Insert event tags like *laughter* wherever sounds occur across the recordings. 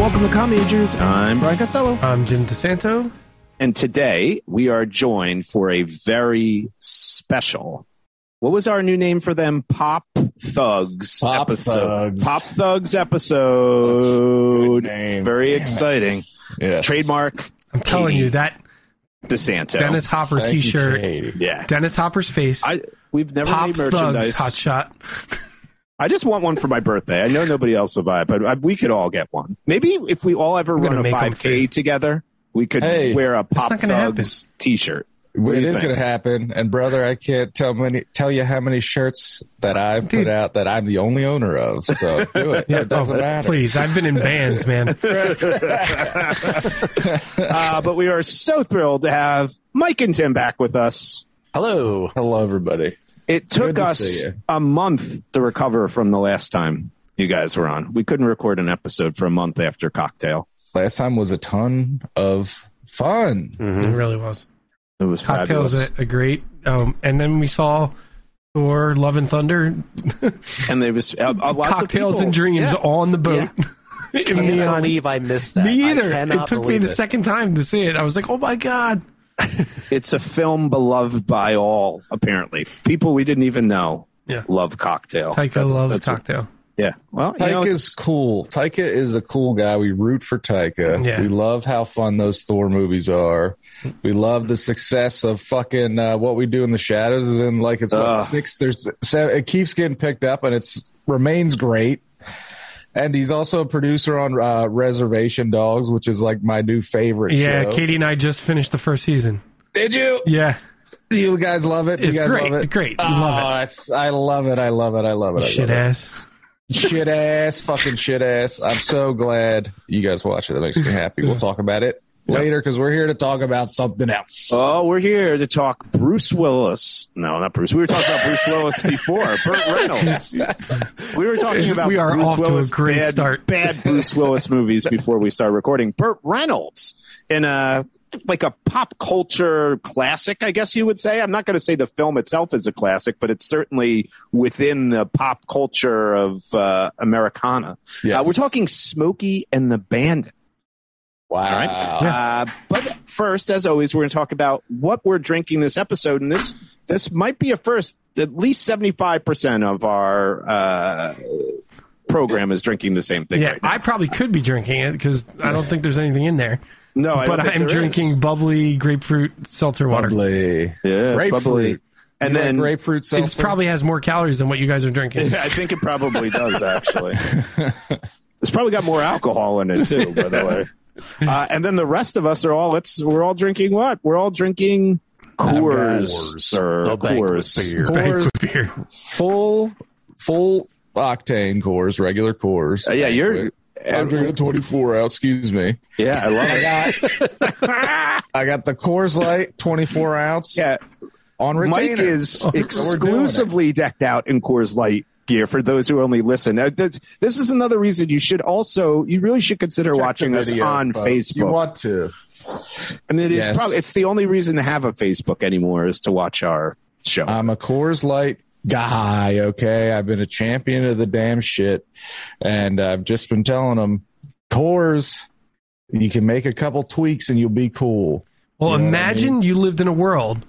welcome to Comedy Jews. I'm Brian Costello. I'm Jim DeSanto. And today we are joined for a very special. What was our new name for them? Pop Thugs Pop Thugs. Pop Thugs episode. name. Very Damn it. exciting. Yes. Trademark I'm telling you that DeSanto. Dennis Hopper Thank you, T-shirt, Katie. Yeah. Dennis Hopper's face, I we've never pop made thugs, merchandise. hot shot. I just want one for my birthday. I know nobody else will buy it, but I, we could all get one. Maybe if we all ever gonna run a make 'em 5K together, we could Hey, wear a Pop not gonna happen. Thugs T-shirt. What do It you is think? going to happen, and brother, I can't tell many tell you how many shirts that I've Dude. put out that I'm the only owner of. So do *laughs* it. It doesn't Oh, matter. Please, I've been in bands, man. Uh, but we are so thrilled to have Mike and Tim back with us. Hello. Hello, everybody. It took Good to us see you. a month to recover from the last time you guys were on. We couldn't record an episode for a month after Cocktail. Last time was a ton of fun. It really was. It was Cocktails fabulous. a, a great. Um, and then we saw Thor, Love and Thunder, And there was uh, uh, lots cocktails of people- and dreams Yeah. on the boat. *laughs* in Can't neon. believe I missed that. Me I either. It cannot took me believe the it. second time to see it. I was like, oh my god. It's a film beloved by all, apparently. People we didn't even know Yeah. love Cocktail. Tycho That's- loves that's what- cocktail. yeah. Well, you know, Taika's it's- cool. Taika is a cool guy. We root for Taika. Yeah. We love how fun those Thor movies are. We love the success of fucking uh, what we do in the shadows. Is in like it's what Ugh. six. There's seven, it keeps getting picked up and it's remains great. And he's also a producer on uh, Reservation Dogs, which is like my new favorite. Yeah, show. Katie and I just finished the first season. Did you? Yeah, You guys love it. it's you guys great. love it. Great, Oh, love it's- I love it. I love it. I love it. I it. love Shit it. ass. shit ass, fucking shit ass. I'm so glad you guys watch it. That makes me happy. We'll talk about it later because we're here to talk about something else. Oh, we're here to talk Bruce Willis. No, not Bruce. We were talking about Bruce *laughs* Willis before. Burt Reynolds. We were talking about We are Bruce off to a Willis great bad, start. bad Bruce Willis *laughs* movies before we start recording. Burt Reynolds in a like a pop culture classic, I guess you would say. I'm not going to say the film itself is a classic, but it's certainly within the pop culture of uh, Americana. Yes. Uh, we're talking Smokey and the Bandit. wow. All right. Uh, but first, as always, we're going to talk about what we're drinking this episode, and this this might be a first. At least seventy five percent of our uh, program is drinking the same thing Yeah, right now. I probably could be drinking it because I don't think there's anything in there. no, I don't but think I'm there is. drinking bubbly grapefruit seltzer water. Bubbly. Yes, Grapefruit. bubbly. and You like then grapefruit seltzer. It probably has more calories than what you guys are *laughs* drinking. I think it probably does actually. It's probably got more alcohol in it too, by the way. Uh, and then the rest of us are all it's we're all drinking what? We're all drinking Coors, sir. The banquet Coors. *laughs* beer. Banquet Coors, beer. full, full octane cores, regular cores. Uh, yeah, you're. I'm drinking a 24 out. Excuse me. Yeah, I love it. I got the Coors Light 24 ounce Yeah, on retainer. Mike is *laughs* Oh, we're doing exclusively decked out in Coors Light gear for those who only listen. Uh, that's- This is another reason you should also, you really should consider Check the watching us video, on folks. You Facebook. want to? I mean, it is Yes. probably, it's the only reason to have a Facebook anymore is to watch our show. Uh, I'm a Coors Light guy, okay? I've been a champion of the damn shit. And I've just been telling them, Coors, you can make a couple tweaks and you'll be cool. Well, You know what I imagine you lived in a world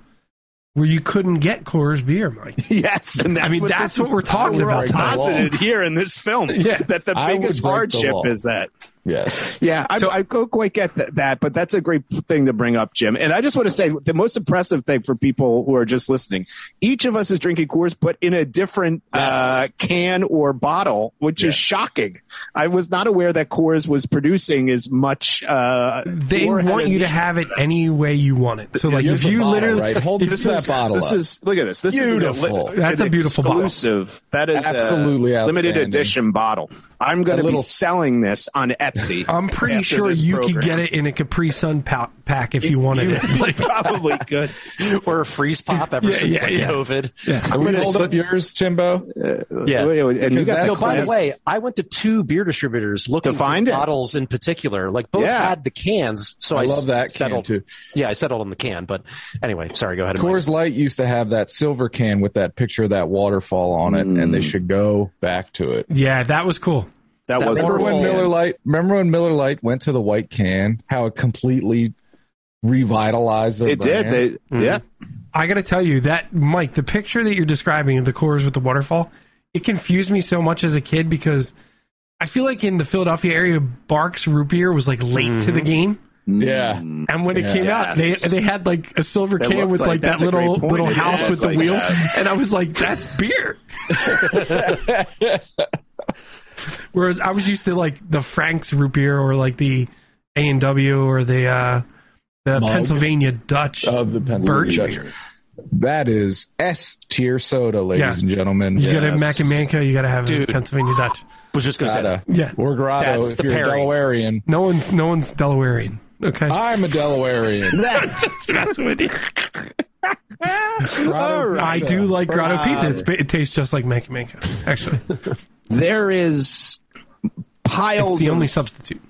where you couldn't get Coors beer, Mike. *laughs* yes. And that's I mean, what that's this what is- we're talking we're all about. Todd. posited here in this film Yeah. that the I would biggest break the hardship law. is that *laughs* Yes. Yeah, I, So- I don't quite get that, that, but that's a great thing to bring up, Jim. And I just want to say the most impressive thing for people who are just listening each of us is drinking Coors, but in a different uh, can or bottle, which is Yes. shocking. I was not aware that Coors was producing as much. Uh, They or had want a- you to have it any way you want it. So, like, Here's if the you bottle, literally, right? hold if this you- that bottle This up. is look at this. This Beautiful. is an- That's an a beautiful bottle. exclusive. That is a Absolutely limited outstanding. edition bottle. I'm going to A be little- selling this on Etsy. I'm pretty after sure this you program. could get it in a Capri Sun pow- pack if you wanted it. *laughs* Like, *laughs* Probably good. We're a freeze pop ever Yeah, since yeah, like yeah. COVID. Can we gonna hold up yours, Timbo? Yeah. Wait, wait, and you Because got that's some So Excellent. by plans? the way, I went to two beer distributors looking To find for it. bottles in particular. Like both Yeah. had the cans, so I, I love that can settled. too. Yeah, I settled on the can. But anyway, sorry. Go ahead. Mike. Coors Light used to have that silver Mm. can with that picture of that waterfall on it, and they should go back to it. yeah, that was cool. That, That was Remember cool. when Wonderful. Miller Light? Remember when Miller Light went to the white can? How it completely revitalized their It did. brand? They Mhm. yeah. I got to tell you that Mike, the picture that you're describing of the cores with the waterfall, it confused me so much as a kid because I feel like in the Philadelphia area, Barks root beer was like late to the game, Yeah. Mm. and when it Yeah. came out, they Mm-hmm. Yes. they had like a silver That can looks with like- like, that that's a great little point. little It house is with the like wheel, that. and I was like, *laughs* that's beer. Whereas I was used to like the Frank's root beer or like the A and W or the uh, the Mug. Pennsylvania Dutch Oh, Of the birch Pennsylvania. beer. Dutch. That is S tier soda, ladies Yeah. and gentlemen. You gotta have Yes. Mac and Manca, you gotta have a Dude. Pennsylvania Dutch. was just going to say Grotto. that. Yeah. Or grotto That's if the you're a pairing. Delawarean. No one's no one's Delawarean. Okay. *laughs* I'm a Delawarean. *laughs* Just messing with you. All right. I do like grotto Uh, pizza. It's, ba- it tastes just like Mac and Manca, *laughs* actually. There is It's piles the of only substitute.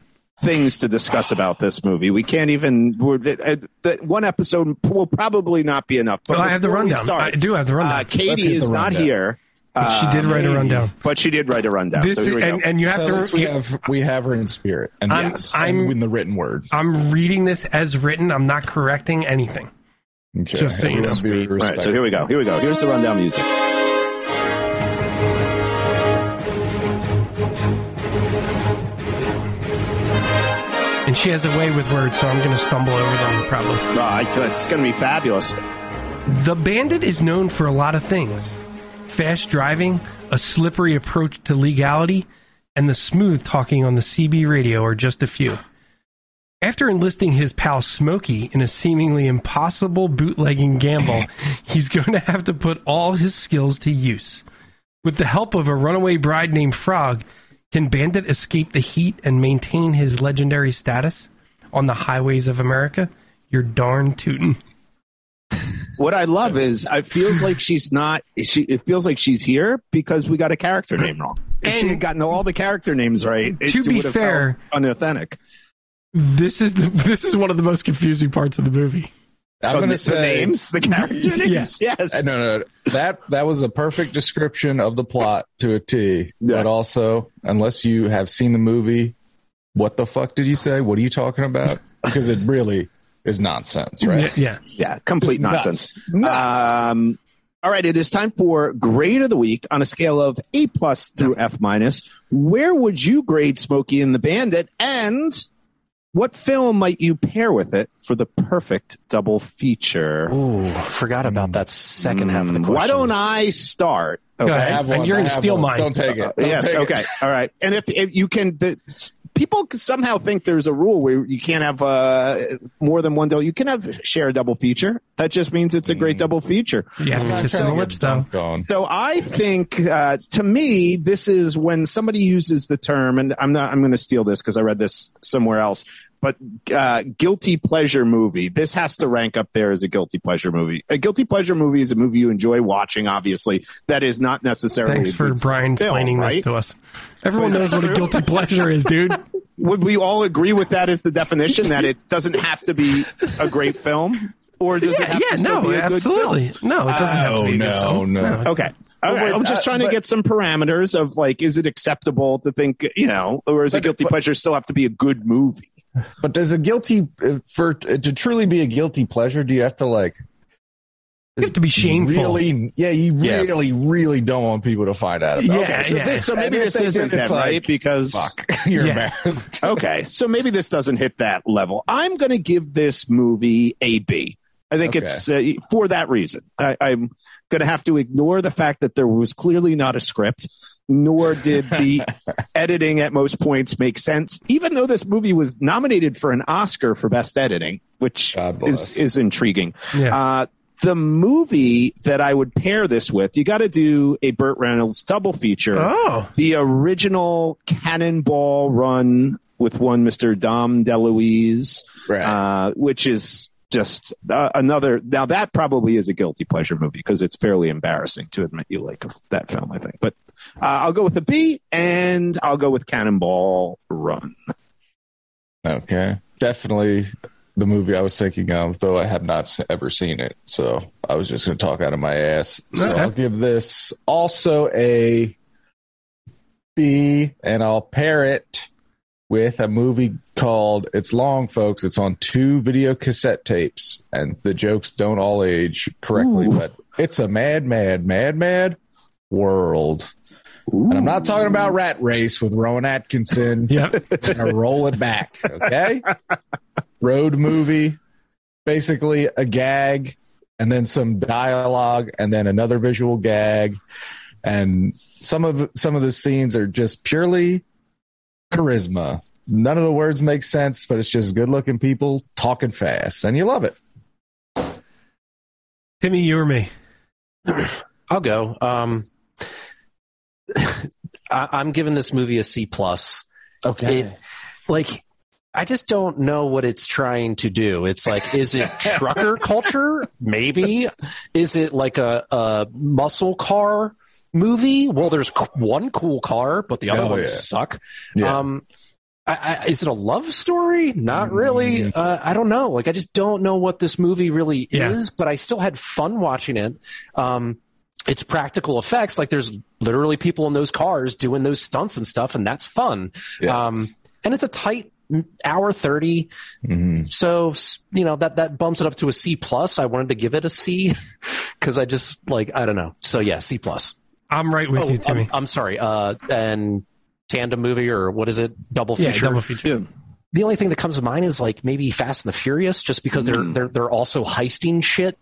things to discuss about this movie. We can't even. We're, that, that one episode will probably not be enough. But Well, I have the before we rundown. start, I do have the rundown. Uh, Let's hit Katie the is not rundown. here. Uh, she did write a rundown. But she did write a rundown. This so here we go. and, and you have So at to least we you- have we have her in spirit and I'm- yes, I'm- and in the written word. I'm reading this as written. I'm not correcting anything. Okay. Just so you know. Be All right, so here we go. Here we go. Here's the rundown music. And she has a way with words, so I'm going to stumble over them probably. Oh, I, it's going to be fabulous. The bandit is known for a lot of things fast driving, a slippery approach to legality, and the smooth talking on the CB radio are just a few. After enlisting his pal Smokey in a seemingly impossible bootlegging gamble, he's going to have to put all his skills to use. With the help of a runaway bride named Frog, can Bandit escape the heat and maintain his legendary status on the highways of America? You're darn tootin'. What I love is it feels like she's not. She it feels like she's here because we got a character name wrong. If she And- had gotten all the character names right, it To be would have felt fair- unauthentic. this is the, *laughs* this is one of the most confusing parts of the movie. I'm Oh, going the, to the say names, the *laughs* character names. Uh, Yes. No, no, that that was a perfect description of the plot to a T. Yeah. But also, unless you have seen the movie, what the fuck did you say? What are you talking about? Because it really is nonsense, right? Yeah, Yeah, complete Just nuts. nonsense. Nuts. Um, all right, it is time for grade of the week on a scale of A plus through F minus. Where would you grade Smokey and the Bandit, and what film might you pair with it for the perfect double feature? Ooh, forgot about that second half of the Mm, question. Why don't I start? Okay. ahead. And you're gonna I have steal mine. Don't take it. Don't yes. take it. Okay. All right. And if, if you can, the, s- people somehow think there's a rule where you can't have uh, more than one double. You can have share a double feature. That just means it's a great double feature. you have to I'm kiss trying on to the get lips though. dunked on. So I think, uh, to me, this is when somebody uses the term, and I'm not. I'm going to steal this because I read this somewhere else. But uh, guilty pleasure movie. This has to rank up there as a guilty pleasure movie. A guilty pleasure movie is a movie you enjoy watching. Obviously, that is not necessarily. Thanks a for good Brian film, explaining right? this to us. Everyone Is knows that what a true? guilty pleasure is, *laughs* dude. Would we all agree with that as the definition that it doesn't have to be a great film, or does it yeah, have to still no, be a good absolutely, no. It doesn't have to Oh, be a good no, film. no. film? Okay. All But right. wait, I'm just uh, trying to but- get some parameters of like, is it acceptable to think, you know, or is a But- guilty but- pleasure still have to be a good movie? But does a guilty if- for it to truly be a guilty pleasure? Do you have to like You have to be shameful. really? Yeah, you Yeah. really, really don't want people to find out about. Yeah, okay, so yeah. this, So maybe And if this they isn't did, then, it's like, right? Because *laughs* fuck, you're Yeah. embarrassed. okay, so maybe this doesn't hit that level. I'm going to give this movie a B. I think Okay. it's uh, for that reason. I, I'm going to have to ignore the fact that there was clearly not a script, nor did *laughs* the editing at most points make sense. Even though this movie was nominated for an Oscar for best editing, which God bless. is is intriguing. Yeah. Uh, the movie that I would pair this with, you got to do a Burt Reynolds double feature oh, the original cannonball run with one Mr. Dom DeLuise, Right. uh, which is just uh, another. Now that probably is a guilty pleasure movie because it's fairly embarrassing to admit you like that film. I think, but uh, I'll go with a B, and I'll go with Cannonball Run. Okay. Definitely the movie I was thinking of, though I have not s- ever seen it. So I was just going to talk out of my ass. So Okay. I'll give this also a be, and I'll pair it with a movie called It's Long, folks. It's on two video cassette tapes, and the jokes don't all age correctly, but it's a mad, mad, mad, mad world. And I'm not talking about Rat Race with Rowan Atkinson. *laughs* Yep. I'm gonna roll it back. Okay. Road movie, basically a gag, and then some dialogue, and then another visual gag, and some of some of the scenes are just purely charisma. None of the words make sense, but it's just good looking people talking fast, and you love it. Timmy, you or me? I'll go. Um, *laughs* I, I'm giving this movie a C plus. Okay. It- like I just don't know what it's trying to do. It's like, is *laughs* it trucker culture? Maybe. Is it like a, a muscle car movie? Well, there's c- one cool car, but the other Oh, ones yeah. suck. Yeah. Um, I, I, is it a love story? Not really. Uh, I don't know. Like, I just don't know what this movie really Yeah. is. But I still had fun watching it. Um, it's practical effects. Like, there's literally people in those cars doing those stunts and stuff, and that's fun. Yes. Um, and it's a tight hour 30 Mhm. so s- you know that that bumps it up to a c plus i wanted to give it a c *laughs* because i just like i don't know so yeah c plus I'm right with oh, you, I'm, Timmy. I'm sorry uh and tandem movie or what is it double yeah, feature double feature. Yeah. the only thing that comes to mind is like maybe fast and the furious just because they're they're they're also heisting shit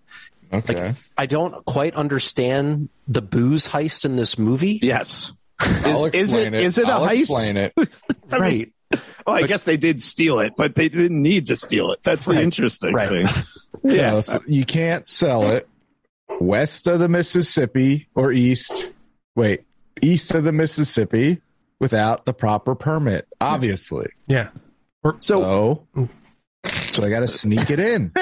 Okay. i don't quite understand the booze heist in this movie Yes. I'll Is, is it explain is it I'll a heist? Explain it. I mean, right well, I guess they did steal it, but they didn't need to steal it. That's the Right. interesting Right. *laughs* thing. Yeah. Yeah. you can't sell it west of the Mississippi or east. Wait, east of the Mississippi without the proper permit, obviously. Yeah. So So, so I got to sneak it in. *laughs*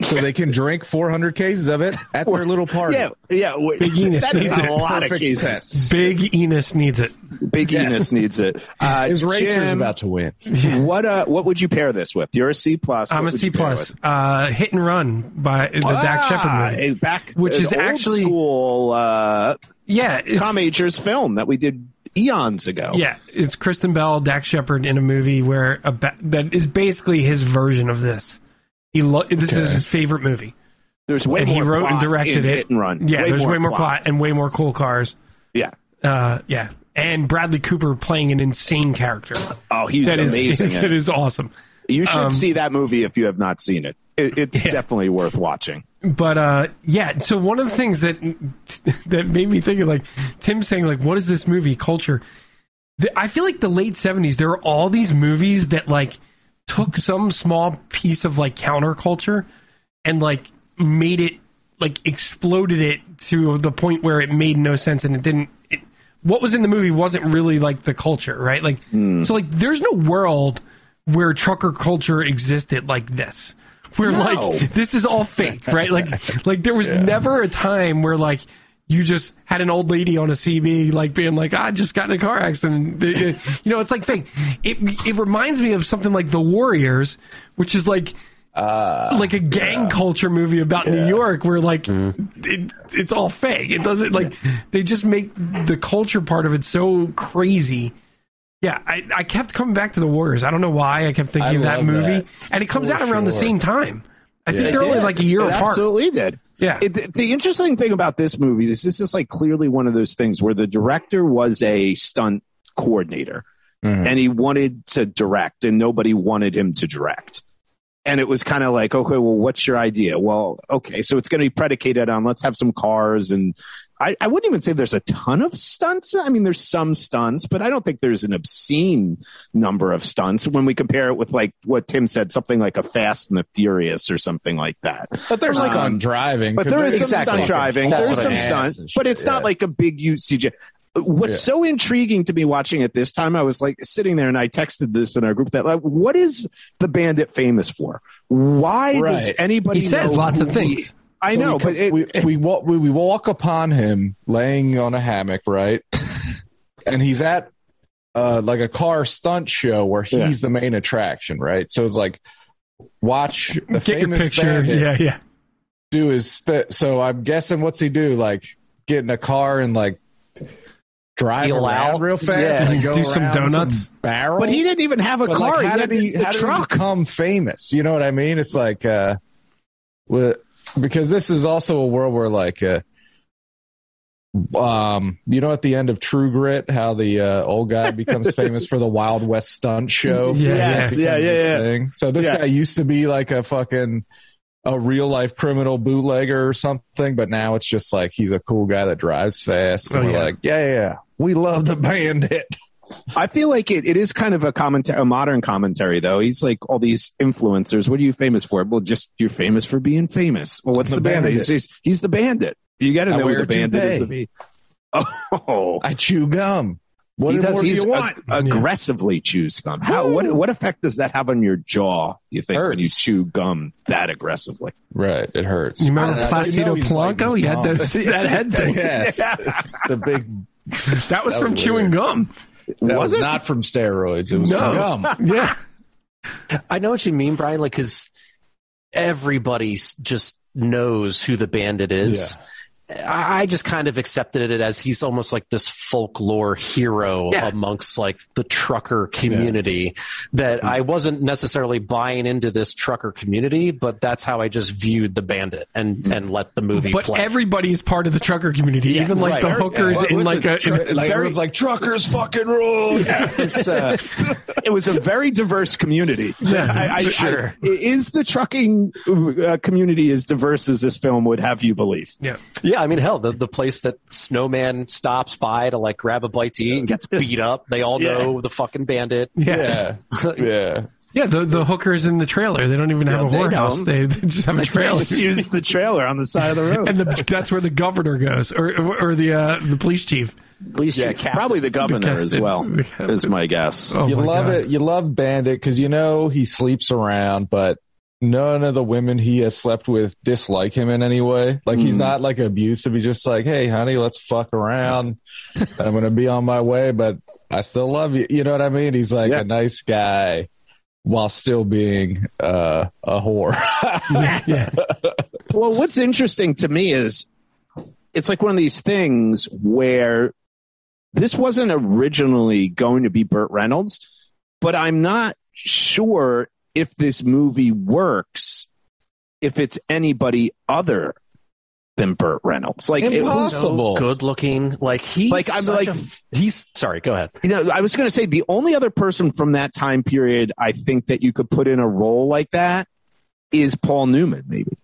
So they can drink 400 cases of it at their little party. yeah, yeah. wait, Big Enos that is needs a it. lot of Perfect cases. sense. Big Enos needs it. Big Yes. Enos needs it. Uh, His racer's Jim, about to win. Yeah. What uh? What would you pair this with? You're a C plus. I'm What a would C you pair plus. it with? Uh, hit and run by the Dak Shepard Ah, movie. a back, Which an is old actually- school uh, yeah, it's, com majors film that we did eons ago. yeah, it's Kristen Bell, Dak Shepard in a movie where a ba- that is basically his version of this. He lo- this is Okay. his favorite movie. there's way and more. he wrote and plot directed in it. Hit and run. Yeah, there's way more plot. and way more cool cars. Yeah. Uh, yeah, and Bradley Cooper playing an insane character. Oh, he's That is *laughs* amazing. in that it. is awesome. you should um, see that movie if you have not seen it. it it's *laughs* Yeah. definitely worth watching. but uh yeah so one of the things that *laughs* that made me think of like tim saying like what is this movie culture the, i feel like the late 70s there were all these movies that like took some small piece of like counterculture and like made it like exploded it to the point where it made no sense and it didn't it, what was in the movie wasn't really like the culture right like so like there's no world where trucker culture existed like this where like this is all fake right like like there was never a time where like you just had an old lady on a CB, like being like, "I just got in a car accident." *laughs* you know, it's like fake. It it reminds me of something like The Warriors, which is like like a gang culture movie about New York where like Hmm. it, it's all fake. It doesn't like they just make the culture part of it so crazy. Yeah, I, I kept coming back to the Warriors. I don't know why I kept thinking I of that love movie, that, and it comes for out around the sure. same time. I think it they're only did. like a year It apart. absolutely did. Yeah. It, the, the interesting thing about this movie is this is like clearly one of those things where the director was a stunt coordinator Mhm. and he wanted to direct and nobody wanted him to direct. And it was kind of like, okay, well, what's your idea? Well, okay, so it's going to be predicated on let's have some cars and I, I wouldn't even say there's a ton of stunts. I mean, there's some stunts, but I don't think there's an obscene number of stunts when we compare it with like what Tim said, something like a Fast and the Furious or something like that. But there's like Um, on driving. But 'cause there is some there's stunt fucking driving. That's There is what I some mean. ass stunt, and but shit, it's not yeah. like a big UCJ. What's Yeah. so intriguing to me watching it this time, I was like sitting there and I texted this in our group that like, what is the bandit famous for? Why does Right. anybody? he says know lots of who he- things. I So know, we, co- but it, we, we walk we, we walk upon him laying on a hammock, right? and he's at uh, like a car stunt show where he's Yeah. the main attraction, right? So it's like watch a Get your famous picture. bandit Yeah, yeah. do his. Th- so I'm guessing what's he do? Like get in a car and like drive Eel around out. real fast Yeah. and go Do some around donuts. barrels. But he didn't even have a But, car. like, he how had did he, the how did he truck. become famous? You know what I mean? It's like uh, wh- because this is also a world where like uh, um, you know, at the end of True Grit, how the uh, *laughs* old guy becomes famous for the Wild West stunt show. Yeah, Yes, Becomes yeah, yeah, this yeah. thing. So this Yeah. guy used to be like a fucking a real life criminal bootlegger or something, but now it's just like he's a cool guy that drives fast. And Oh, we're yeah. like, yeah, yeah, we love the *laughs* bandit. I feel like it, it is kind of a commentary, a modern commentary, though. He's like all these influencers. What are you famous for? Well, just you're famous for being famous. Well, what's I'm the, the bandit? He's, bandit. he's, he's the bandit. You got to I know wear what the a bandit is toupee. to be. *laughs* Oh, I chew gum. What he does. more do He's you want? ag- aggressively chews gum. How? What? What effect does that have on your jaw? You think when you Hurts. chew gum that aggressively? Right, it hurts. You I don't remember know. Placido You know he's biting Polanco? his He had tongue. *laughs* those, that head thing. yes, the big That was That from was chewing weird. gum. *laughs* that was was, it? not from steroids. It was No. from gum. Yeah. I know what you mean, Brian. Like, because everybody s- just knows who the bandit is. I I just kind of accepted it as he's almost like this folklore hero Yeah. amongst like the trucker community. That Mm-hmm. I wasn't necessarily buying into this trucker community, but that's how I just viewed the bandit and Mm-hmm. and let the movie But *laughs* play. everybody is part of the trucker community, even like right. the hookers What in was like it? a. Tru- in- like, very- everyone's like truckers *laughs* fucking rule. It's, uh, it was a very diverse community. Yeah, I, I, sure. I- is the trucking uh, community as diverse as this film would have you believe? yeah. yeah, I mean, hell, the, the place that Snowman stops by to like grab a bite to eat *laughs* and gets beat up. They all Yeah. know the fucking bandit. Yeah. yeah. *laughs* yeah, yeah. the, the hookers in the trailer. They don't even have a they whorehouse. don't. They, they just have a They trailer. just used the trailer on the side of the road. *laughs* and the, that's where the governor goes, or or the uh, the police chief. Yeah, probably the governor The as captain. well The captain. is my guess. Oh you my love God. it. You love Bandit because you know he sleeps around, but none of the women he has slept with dislike him in any way. Like he's Hmm. not like abusive. He's just like, hey, honey, let's *laughs* fuck around. I'm gonna be on my way, but I still love you. You know what I mean? He's like Yeah. a nice guy while still being uh, a whore. Yeah, yeah. Well, what's interesting to me is it's like one of these things where this wasn't originally going to be Burt Reynolds, but I'm not sure if this movie works if it's anybody other than Burt Reynolds. Like it was Impossible. good looking. Like he's Like, like I'm I'm like- like he's sorry. Go ahead. you know, I was going to say the only other person from that time period I think that you could put in a role like that is Paul Newman, maybe.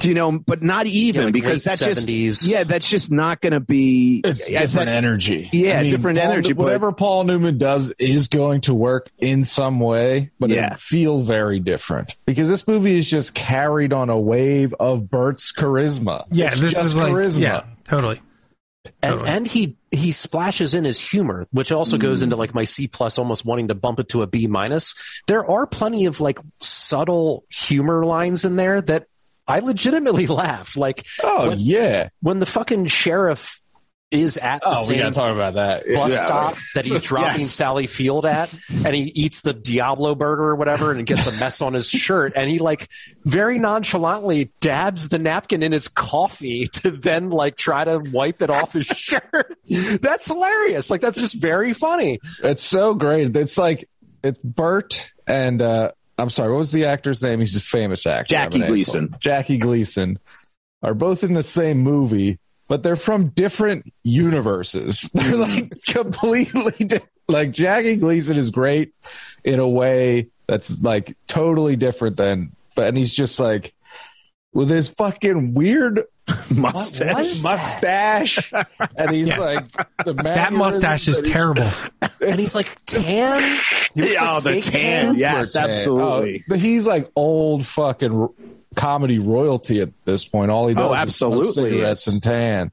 Do you know? But not even like because late that's just 70s. yeah, that's just not going to be I think- energy. Yeah, different energy, but- Whatever Paul Newman does is going to work in some way, but Yeah. it'll feel very different because this movie is just carried on a wave of Bert's charisma. yeah It's this just is like charisma. yeah, totally. And, Totally. and he he splashes in his humor, which also Mm. goes into like my C plus, almost wanting to bump it to a B minus. There are plenty of like subtle humor lines in there that I legitimately *laughs* laugh. Like Oh When- yeah. when the fucking sheriff is at the Oh, we same gotta talk about that. bus Yeah. stop *laughs* that he's dropping Yes. Sally Field at, and he eats the Diablo burger or whatever, and gets a mess on his shirt, and he like very nonchalantly dabs the napkin in his coffee *laughs* to then like try to wipe it off his shirt. *laughs* That's hilarious. Like that's just very funny. It's so great. It's like it's Bert and uh I'm sorry, what was the actor's name? He's a famous actor. Jackie I'm an asshole. Gleason. Jackie Gleason are both in the same movie, but they're from different universes. *laughs* They're like completely different. Like Jackie Gleason is great in a way that's like totally different than but and he's just like with his fucking weird *laughs* mustache. was that? mustache and he's like the That mustache is mannerisms that he's- terrible. And he's like tan. He looks Yeah, oh, like the fake tan, yeah. Yes, Quartet. absolutely. Oh, *laughs* but he's like old fucking r- comedy royalty at this point. All he does Oh, is smoke absolutely, cigarettes yes. and tan.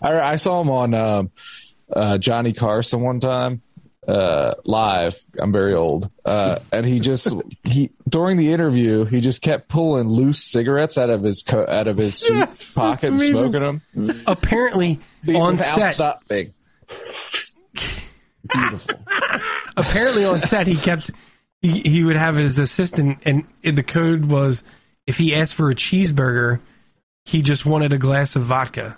I, I saw him on um, uh, Johnny Carson one time uh, live. I'm very old, uh, and he just he during the interview he just kept pulling loose cigarettes out of his co- out of his suit pocket and amazing. smoking them Apparently The- on without set, stopping. apparently on set he kept he, he would have his assistant and the code was if he asked for a cheeseburger he just wanted a glass of vodka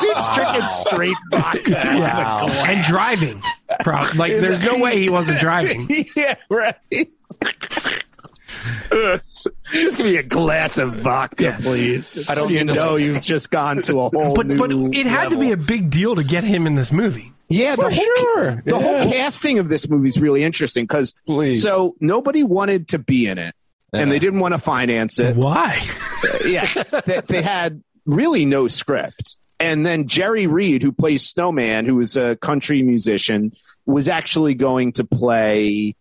Dude's drinking straight *laughs* vodka. Wow. and driving. Prob- like, there's no way he wasn't *laughs* driving. yeah, right. just give me a glass of vodka, please. I don't you mean to, know you've just gone to a whole. But but new it had to be a level. big deal to get him in this movie. yeah. The whole, sure. the whole casting of this movie is really interesting because Please. so nobody wanted to be in it, and they didn't want to finance it. Why? yeah, they, they had really no script. And then Jerry Reed, who plays Snowman, who is a country musician, was actually going to play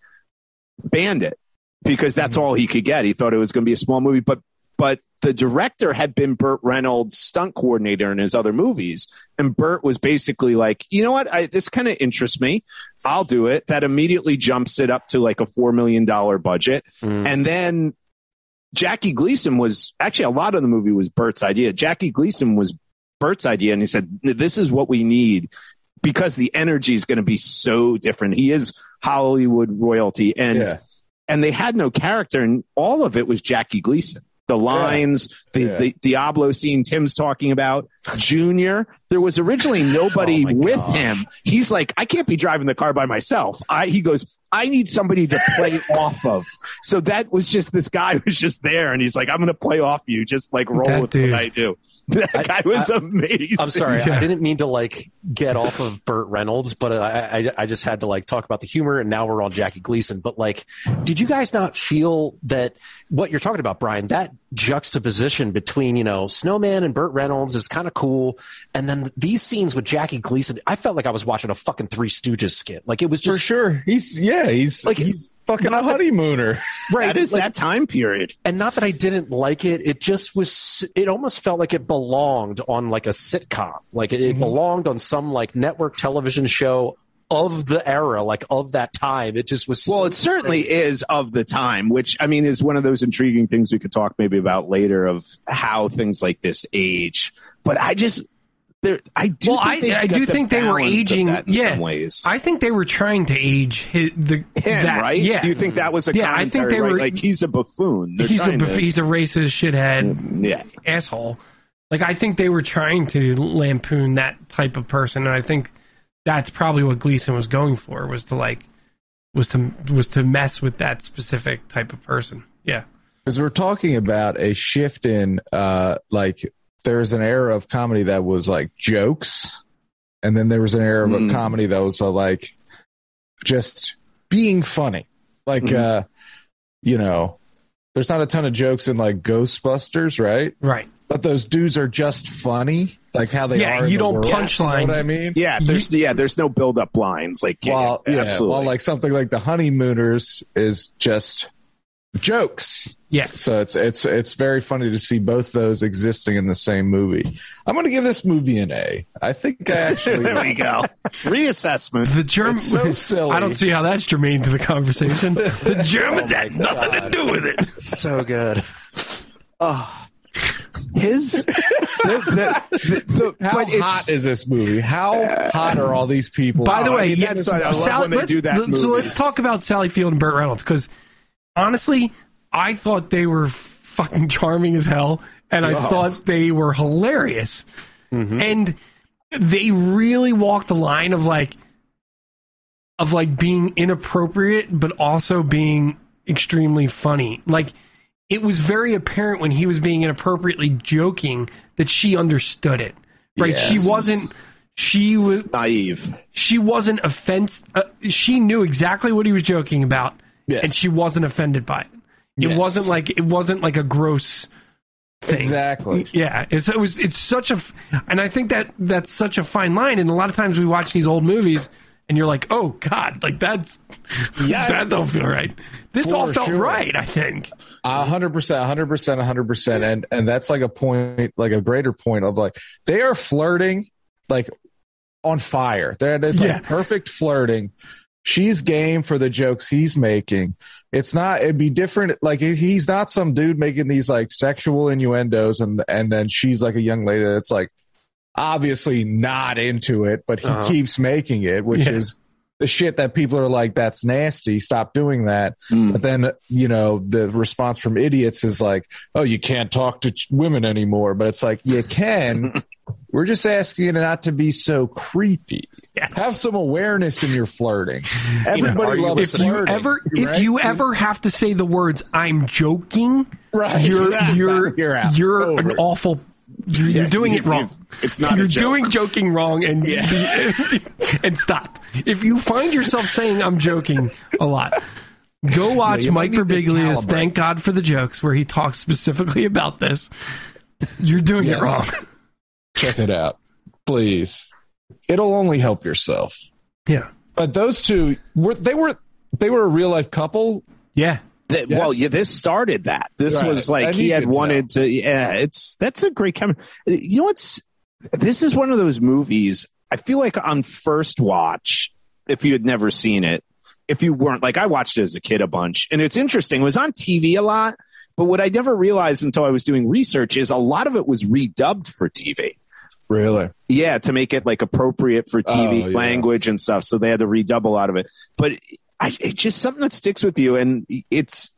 Bandit because that's all he could get. He thought it was going to be a small movie, but but the director had been Burt Reynolds' stunt coordinator in his other movies, and Burt was basically like, you know what, I, this kind of interests me. I'll do it. That immediately jumps it up to like a four million dollar budget, Mm. and then Jackie Gleason was actually a lot of the movie was Bert's idea. Jackie Gleason was Bert's idea, and he said, "This is what we need because the energy is going to be so different." He is Hollywood royalty, and Yeah. and they had no character, and all of it was Jackie Gleason. The lines, the, Yeah. the Diablo scene Tim's talking about, Junior. There was *laughs* originally nobody Oh my with gosh. him. He's like, I can't be driving the car by myself. I, he goes, I need somebody to *laughs* play off of. So that was just this guy *laughs* was just there, and he's like, I'm going to play off you, just like roll That with dude. what I do. *laughs* That I- guy was amazing. *laughs* I'm sorry, Yeah. I didn't mean to like get off of Burt Reynolds, but I, I I just had to like talk about the humor, and now we're on Jackie Gleason. But like, did you guys not feel that what you're talking about, Brian? That juxtaposition between you know Snowman and Burt Reynolds is kind of cool, and then these scenes with Jackie Gleason, I felt like I was watching a fucking Three Stooges skit. Like it was for just sure. He's yeah. He's Like, like he's fucking a not that- honeymooner. right. That is like- that time period. and not that I didn't like it. It just was. It almost felt like it belonged on like a sitcom. Like it, it belonged on some like network television show of the era, like of that time. It just was. so- Well, it certainly is of the time, which I mean is one of those intriguing things we could talk maybe about later of how things like this age. But I just there, I do. Well, think I- they I got do the think they were balance of aging- that in yeah. some ways. I think they were trying to age his, the Him, that, right? Yeah, Do you think that was a Yeah, I think commentary, they right? were- like he's a buffoon. They're he's a trying to- Mm, buff- he's a racist shithead yeah. asshole. Like I think they were trying to lampoon that type of person, and I think that's probably what Gleason was going for was to like was to was to mess with that specific type of person. Yeah, because we're talking about a shift in uh like there's an era of comedy that was like jokes and then there was an era of Mm. a comedy that was uh, like just being funny like Mhm. uh you know there's not a ton of jokes in like ghostbusters right right. but those dudes are just funny like how they Yeah, are in you the don't world, punchline. you know what i mean Yeah, You- there's yeah, there's no build up lines like yeah, while yeah, absolutely. while like something like the honeymooners is just jokes Yeah. so it's it's it's very funny to see both those existing in the same movie i'm gonna give this movie an a i think *laughs* *laughs* i there we actually *laughs* go. Reassessment. The German. it's so silly *laughs* I don't see how that's germane to the *laughs* conversation. The Germans had Oh nothing to do with it. so good. Ah, his the, the, the, the, how but it's- hot is this movie how hot are all these people By the I way, mean, yeah, that's what I love when they let's- do that in movies. So let's talk about Sally Field and Burt Reynolds because honestly, I thought they were fucking charming as hell, and I Yes. Mm-hmm. thought they were hilarious, and they really walked the line of like of like being inappropriate, but also being extremely funny. Like it was very apparent when he was being inappropriately joking that she understood it. Right? Yes. She wasn't. She was naive. she wasn't offensed. Uh, she knew exactly what he was joking about, Yes. and she wasn't offended by it. It Yes. wasn't like it wasn't like a gross thing. exactly Yeah, it's, it was. It's such a, f- and I think that that's such a fine line. And a lot of times we watch these old movies, and you're like, oh god, like that's *laughs* Yeah. that don't feel right. This all For felt sure. right. I think. A hundred percent, a hundred percent, a hundred percent, and and that's like a point, like a greater point of like they are flirting, like on fire. That is like Yeah. perfect flirting. She's game for the jokes he's making. It's not. It'd be different. Like he- he's not some dude making these like sexual innuendos, and and then she's like a young lady that's like obviously not into it, but he Uh-huh. keeps making it, which Yeah. is the shit that people are like, "That's nasty. Stop doing that." Hmm. But then, you know, the response from *laughs* idiots is like, oh, you can't talk to ch- women anymore. But it's like, you can. We're just asking you not to be so creepy. Yes. Have some awareness in your flirting. Everybody are you loves if listening? you flirting. ever if you ever have to say the words "I'm joking," Right. you're *laughs* Yeah. you're You're out. you're an Over. awful. You're, you're Yeah, doing you- it wrong. you- it's not a You're joke. doing joking wrong, and Yeah. *laughs* and stop. If you find yourself saying "I'm joking" a lot, go watch you Mike might need to Birbiglia's calibrate. "Thank God for the Jokes," where he talks specifically about this. You're doing Yes. it wrong. check it out, please. It'll only help yourself. Yeah, But those two were they were they were a real life couple. yeah. That, Yes. Well, yeah, this started that. This Right. was like And he you had could wanted to. Yeah, it's that's a great camera. You know what's? This is one of those movies. I feel like on first watch, if you had never seen it, if you weren't like I watched it as a kid a bunch, and it's interesting. It was on TV a lot, but what I never realized until I was doing research is a lot of it was redubbed for TV. Really? Yeah, to make it like appropriate for TV Oh, yeah. language and stuff. So they had to redub a lot of it. But I, it's just something that sticks with you, and it's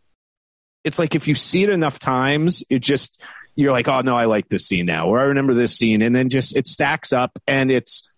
it's like if you see it enough times, it just you're like, oh no, I like this scene now, or I remember this scene, and then just it stacks up, and it's.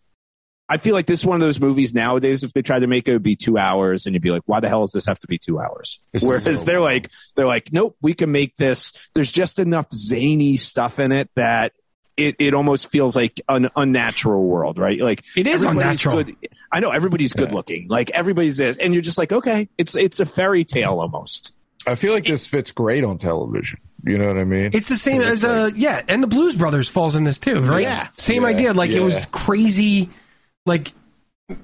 I feel like this is one of those movies nowadays. If they tried to make it, it would be two hours, and you'd be like, "Why the hell does this have to be two hours?" This is Whereas so they're long. like, "They're like, nope, we can make this." There's just enough zany stuff in it that it, it almost feels like an unnatural world, right? Like It is everybody's unnatural. Good. I know everybody's good looking, like everybody's this, and you're just like, okay, it's it's a fairy tale almost. I feel like this fits great on television. You know what I mean? It's the same as uh yeah, and the Blues Brothers falls in this too, right? Yeah. Same Yeah. idea. Like it was Yeah. crazy. Like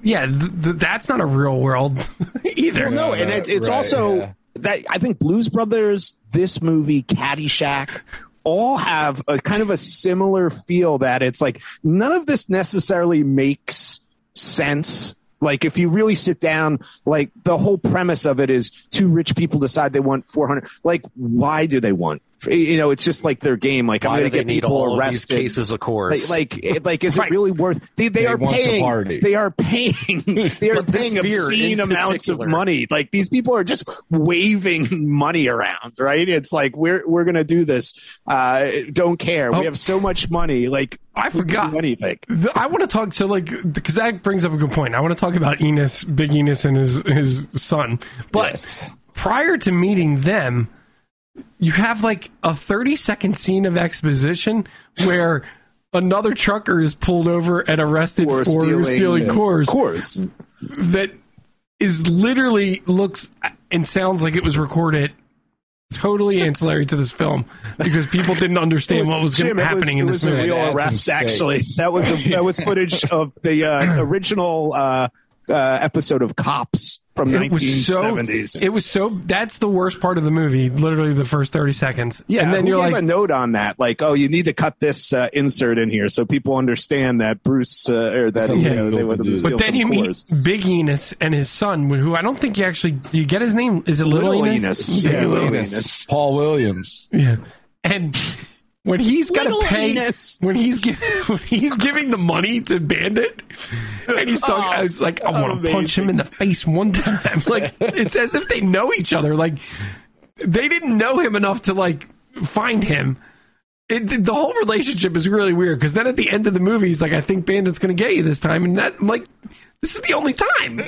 yeah, th- th- that's not a real world *laughs* either. Well, no, and no, it's it's right, also yeah. that I think Blues Brothers, this movie, Caddyshack, all have a kind of a similar feel that it's like none of this necessarily makes sense. Like if you really sit down, like the whole premise of it is two rich people decide they want four hundred. Like, why do they want? You know, it's just like their game. Like, I'm Why do going to they get need people all of these arrested. cases of course? Like, like, it- like, is Right. it really worth? They, they, They are want to paying. party. They are paying. They are But this paying beer obscene in amounts of particular. money. Like these people are just waving money around, right? It's like we're we're gonna do this. Uh, don't care. Oh. We have so much money. Like I we can forgot. do anything. The- I want to talk to like because that brings up a good point. I want to talk about Enos, Big Enos, and his his son. But Yes. prior to meeting them, you have like a thirty second scene of exposition where another trucker is pulled over and arrested Or for stealing, cores. Of course. that is literally looks and sounds like it was recorded totally ancillary to this film because people didn't understand what was Jim, gonna, it happening in it this was a movie. real Add some arrest, stakes. actually. That was a, that was footage of the uh, original uh, uh, episode of Cops from It was so. 1970s. It was so. That's the worst part of the movie. Literally the first thirty seconds. Yeah, and then who you're gave like, a note on that, like, oh, you need to cut this uh, insert in here so people understand that Bruce uh, or that It's you know, illegal they to wanted to do. But steal but then some you cores. meet Big Enos and his son, who I don't think you actually. Do you get his name? Is it Little, Little Enos? Enos. Yeah, Yeah, Little Little Enos. Enos. Paul Williams. Yeah, and when he's got to Little pay, Enos. when he's gi- *laughs* when he's giving the money to Bandit, and he's talking, I was like, I want to punch him in the face one *laughs* time. Like it's as if they know each other. Like they didn't know him enough to like find him. It, the whole relationship is really weird because then at the end of the movie, he's like, "I think Bandit's going to get you this time," and that I'm like, "This is the only time."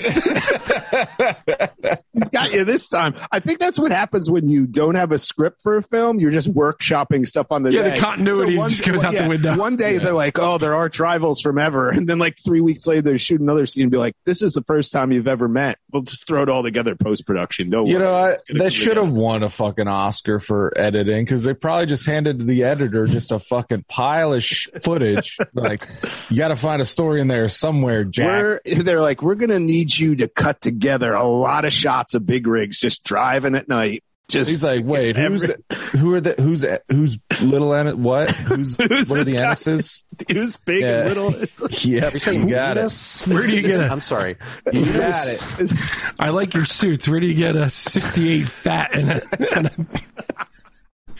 He's got you this time. I think that's what happens when you don't have a script for a film. You're just workshopping stuff on the Yeah, the day. continuity just goes out the window. One day they're like, oh, there are rivals from ever, and then like three weeks later, they shoot another scene and be like, this is the first time you've ever met. We'll just throw it all together post production. Don't You worry. know, I, It's gonna they come should together. have won a fucking Oscar for editing because they probably just handed the editor just a fucking pile of sh- footage. *laughs* like, you got to find a story in there somewhere, Jack. We're, they're like, we're going to need you to cut together a lot of shots of big rigs just driving at night. Just He's like, wait, who's *laughs* who are the who's who's little *laughs* en- what who's, Who's what are this the guy? *laughs* Ennises? it was big and Yeah. *laughs* little. Yep, You're saying you got it. Enos? Where do you get it? I'm sorry. You got Enos? it. I like your suits. Where do you get a 68 fat and a, and,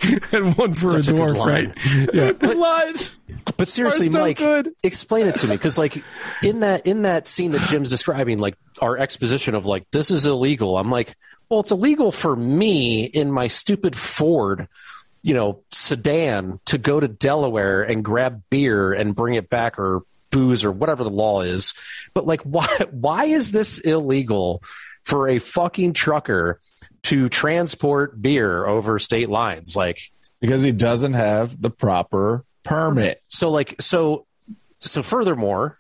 a, and one for Such a a good dwarf, line. right? *laughs* Yeah. *laughs* The lines But seriously, so Mike, good. explain it to me because, like, in that in that scene that Jim's describing, like our exposition of like this is illegal. I'm like, well, it's illegal for me in my stupid Ford you know, sedan to go to Delaware and grab beer and bring it back or booze or whatever the law is. But like, *laughs* why, why is this illegal for a fucking trucker to transport beer over state lines? Like, because he doesn't have the proper permit. so like, so, so furthermore,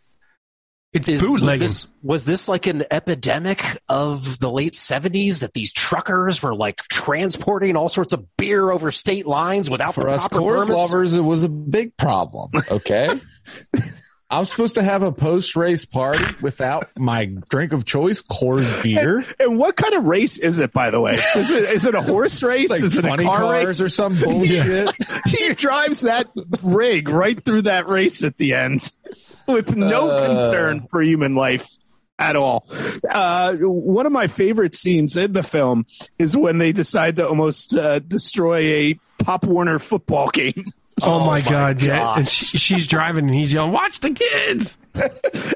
It's is, was bootlegging. this was this like an epidemic of the late seventies that these truckers were like transporting all sorts of beer over state lines without For the us proper course permits? lovers, it was a big problem. Okay. I'm supposed to have a post race party without my drink of choice, Coors beer. And what kind of race is it, by the way? Is it is it a horse race? Like is it funny a car cars race? or some bullshit. he drives that rig right through that race at the end with no Uh. concern for human life at all. Uh, one of my favorite scenes in the film is when they decide to almost uh, destroy a Pop Warner football game, *laughs* oh, Oh my my god! Yeah, gosh. and she, she's driving and he's yelling, "Watch the kids!"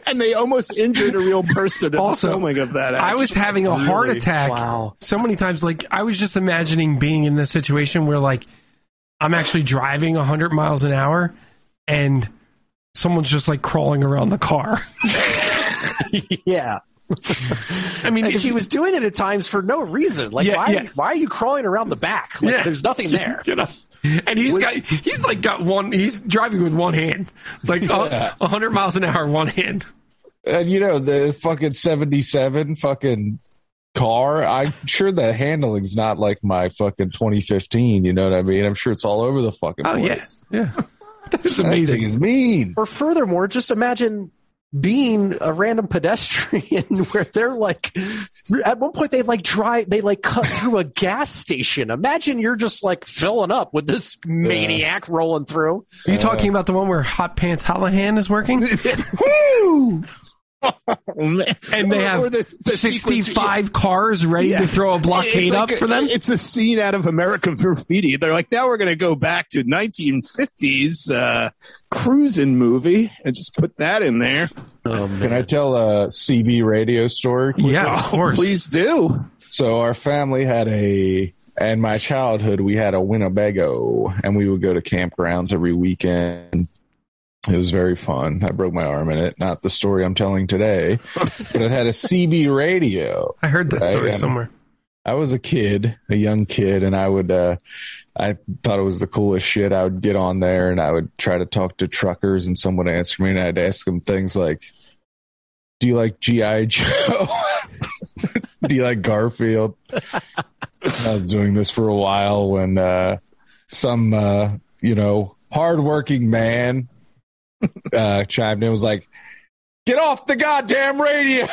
and they almost injured a real person in Also, the filming of that. I was action. having a heart Really? attack Wow. so many times. Like I was just imagining being in this situation where like I'm actually driving 100 miles an hour and someone's just like crawling around the car. *laughs* yeah. I mean, And if she you was doing it at times for no reason. Like Yeah, why yeah. why are you crawling around the back? Like Yeah. there's nothing there. you know, and he's Which- got he's like got one. He's driving with one hand, like uh, Yeah. a 100 miles an hour, one hand. And you know, the fucking 77 fucking car. I'm sure the handling's not like my fucking 2015. You know what I mean? I'm sure it's all over the fucking place. Oh, yeah. That's Oh, That thing amazing. is mean. Or furthermore, just imagine being a random pedestrian *laughs* where they're like at one point they like drive they like cut through a gas station. Imagine you're just like filling up with this maniac rolling through. Are you talking about the one where Hot Pants Hallahan is working? *laughs* *laughs* Oh, man. And they Or- have or the- the sequence- 65 cars ready Yeah. to throw a blockade It's like up a- *laughs* for them? It's a scene out of American Graffiti. They're like, now we're going to go back to 1950s uh, cruising movie and just put that in there. Oh Can I tell a CB radio story? yeah, of course. Please do. So our family had a, and my childhood, we had a Winnebago, and we would go to campgrounds every weekend. It was very fun. I broke my arm in it. Not the story I'm telling today, but it had a CB radio. I heard that Right, story um, somewhere. I was a kid, a young kid, and I would, uh, I thought it was the coolest shit. I would get on there and I would try to talk to truckers, and someone would answer me, and I'd ask them things like, "Do you like GI Joe? *laughs* Do you like Garfield?" I was doing this for a while when uh, some, uh, you know, hardworking man uh, chimed in, and was like, "Get off the goddamn radio!"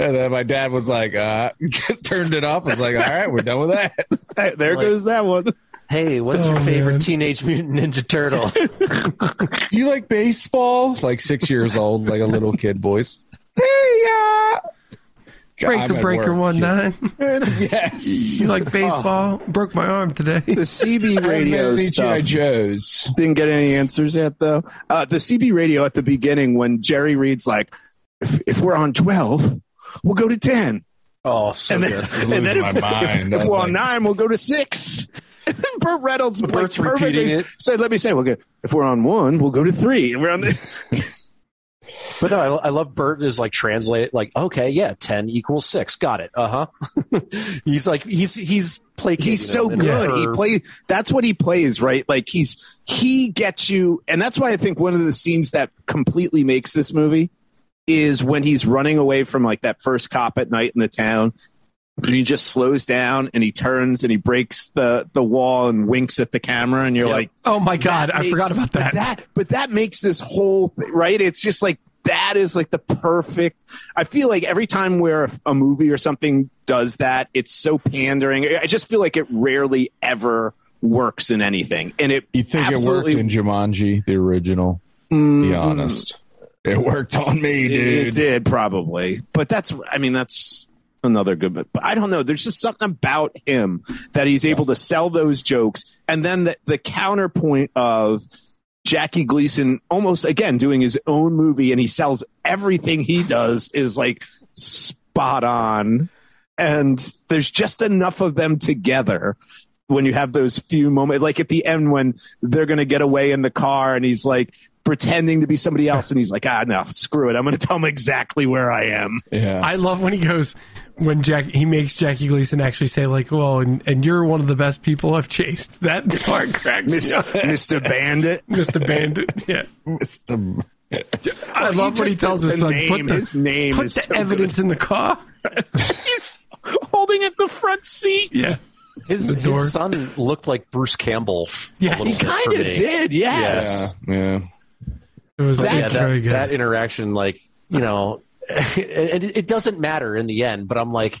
And then my dad was like, uh, *laughs* just turned it off. I was like, all right, we're done with that. Hey, There Like- goes that one. *laughs* Hey, what's your Oh, favorite man. Teenage Mutant *laughs* Ninja Turtle? *laughs* You like baseball? Like six years old, like a little kid voice. Hey, uh, I'm Breaker at Breaker work. one nine. *laughs* Yes. *laughs* You like baseball? Broke my arm The today. *laughs* CB radio G.I. stuff. Joe's. Didn't get any answers yet, though. Uh, the CB radio at the beginning when Jerry reads, like, if, if we're on 12, we'll go to 10. oh, so And good. then, and then losing if, my *laughs* mind. if- I if was we're on like- nine, we'll go to six. *laughs* Burt Reynolds like, Bert's repeating perfectly it. said, "Let me say, we'll go. If we're on one, we'll go to three. And we're *laughs* on the But no, I, I love Bert is like translated like okay, yeah, ten equals six. Got it. Uh huh. *laughs* he's like he's he's placating. he's so him in good. her- He plays. That's what he plays, right? Like he's he gets you, and that's why I think one of the scenes that completely makes this movie is when he's running away from like that first cop at night in the town. And he just slows down and he turns and he breaks the, the wall and winks at the camera and you're Yep. like, Oh my god, that I makes- forgot about But that. that, but that makes this whole thing, right. It's just like that is like the perfect. I feel like every time where a, a movie or something does that, it's so pandering. I just feel like it rarely ever works in anything, and it You think absolutely- it worked in Jumanji, the original? Be honest. Mm. It worked on me, It, dude. it did probably, but that's. I mean, that's another good. But I don't know. There's just something about him that he's able to sell those jokes, and then the, the counterpoint of Jackie Gleason almost again doing his own movie, and he sells everything he does is like spot on. and there's just enough of them together when you have those few moments like at the end when they're going to get away in the car and he's like pretending to be somebody else and he's like ah no screw it i'm going to tell him exactly where i am Yeah. *laughs* I love when he goes when Jack he makes Jackie Gleason actually say like, "Well, and, and you're one of the best people I've chased." *laughs* That part cracks *laughs* me mr. up. mr. bandit Mr. *laughs* Bandit. Yeah, Mr. I love when he just- tells the his son, name- "Put the his name put the is so evidence in the car." he's holding it the front seat Yeah, His, The door. his son looked like Bruce Campbell. f- Yeah, a little he bit for kind of me. did Yeah. yes uh, Yeah. it was But yeah, it's that, very good. that interaction, like you know, *laughs* it, it doesn't matter in the end. But I'm like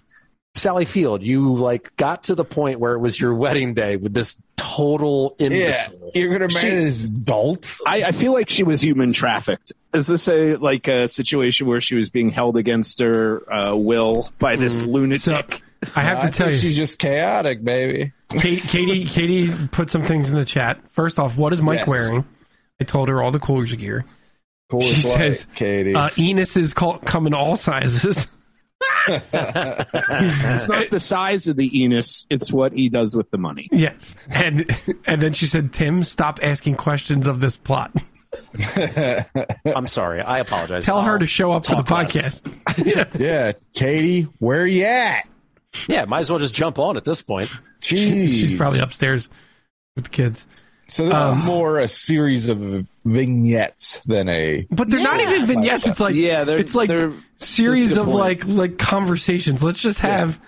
Sally Field. You like got to the point where it was your wedding day with this total imbecile. You're going to marry this adult? I, I feel like she was human trafficked. Is this a like a situation where she was being held against her uh, will by this Mm. so lunatic? I have to tell you, She's just chaotic, baby. Kate, Katie, Katie put some things in the chat. First off, what is Mike Yes. wearing? I told her all the cooler gear. Cool She says, Katie. Uh, Enos is called, come in all sizes. *laughs* it's not the size of the Enos; it's what he does with the money. Yeah, and and then she said, "Tim, stop asking questions of this plot. uh, *laughs* I'm sorry. I apologize. Tell her I'll to show up for the talk less. podcast." *laughs* yeah, Katie, where you at? Yeah, might as well just jump on at this point. *laughs* Jeez. She's probably uh, upstairs with the kids. So this is more a series of vignettes than a. But they're not even vignettes. It's like Yeah, they're- it's like they're- series that's a good of point. like like conversations. Let's just have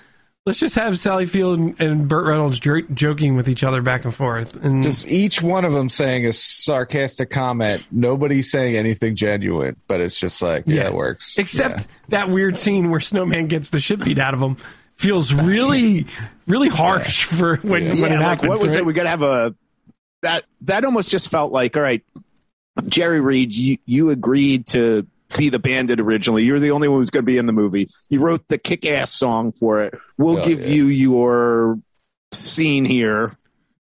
let's just have Sally Field and, and Burt Reynolds jer- joking with each other back and forth. And Just each one of them saying a sarcastic comment. Nobody's saying anything genuine, but it's just like, yeah, it works. Except that weird scene where Snowman gets the shit beat out of him feels really really harsh for when Yeah. when it yeah, like happens. what was right? it? We got to have a that that almost just felt like all right, Jerry Reed, you, you agreed to be the bandit originally. You're the only one who's going to be in the movie. You wrote the kick ass song for it. We'll Oh, give yeah. you your scene here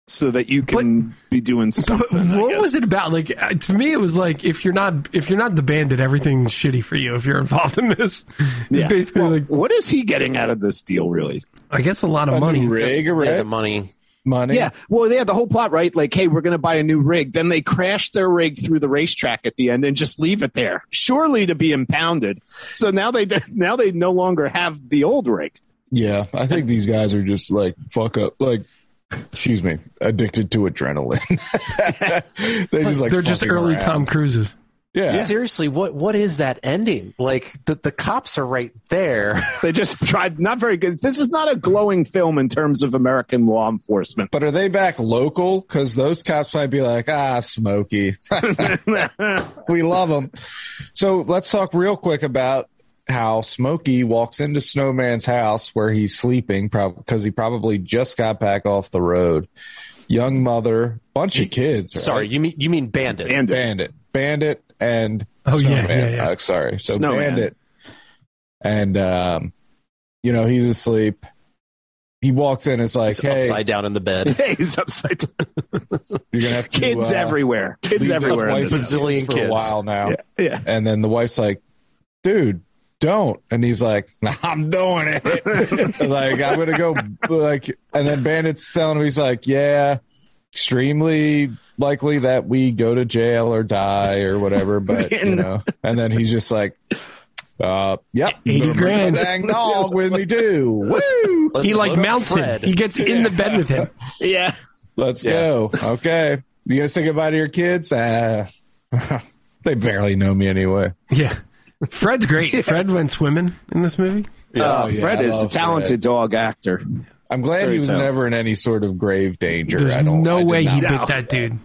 so that you can be *laughs* doing But something. I what guess. was it about? Like uh, to me, it was like if you're not if you're not the bandit, everything's shitty for you. If you're involved in this, it's Yeah. basically Well, like what is he getting out of this deal, really? I guess a lot of A new money. rig, right? Yeah, the money. money. Yeah. Well, they had the whole plot, right? Like, hey, we're going to buy a new rig. Then they crash their rig through the racetrack at the end and just leave it there, surely to be impounded. So now they *laughs* now they no longer have the old rig. Yeah, I think these guys are just like fuck up, like excuse me, addicted to adrenaline. *laughs* they just like They're just fucking early around. Tom Cruises. Yeah, Seriously, what what is that ending? Like the the cops are right there. They just *laughs* tried not very good. This is not a glowing film in terms of American law enforcement. *laughs* but are they back local? Because those cops might be like, ah, Smokey, we love them. So let's talk real quick about how Smokey walks into Snowman's house where he's sleeping, probably because he probably just got back off the road. Young mother, bunch of kids. Right? *laughs* Sorry, you mean you mean bandit. And Bandit, Bandit, and Oh, yeah, Snowman. yeah, yeah. Uh, sorry, so Snowman. Bandit, and um, you know he's asleep. He walks in. It's like, He's hey, upside down in *laughs* the bed. he's upside down. you're gonna have to, Kids uh, everywhere. Kids leave everywhere. in This wife this Bazillion bazillion for a kids. while now, Yeah. yeah. and then the wife's like, dude, don't. And he's like, *laughs* I'm doing it. *laughs* like I'm gonna go. Like, and then Bandit's telling him, he's like, yeah, extremely likely that we go to jail or die *laughs* or whatever. But you know, and then he's just like, uh, yep, 80 gonna bring grand. my Dang dog with *laughs* me too. Woo! Let's he like look up mounts Fred. him. He gets in the bed with him. Yeah. Let's go. Okay, you gonna say goodbye to your kids? Uh, *laughs* they barely know me anyway. Yeah, Fred's great. Fred went swimming in this movie. Uh, Oh, yeah, Fred I is a love talented Fred. dog actor. I'm glad Very he was talented. never in any sort of grave danger. There's I don't. I no did way not he know. bit that dude.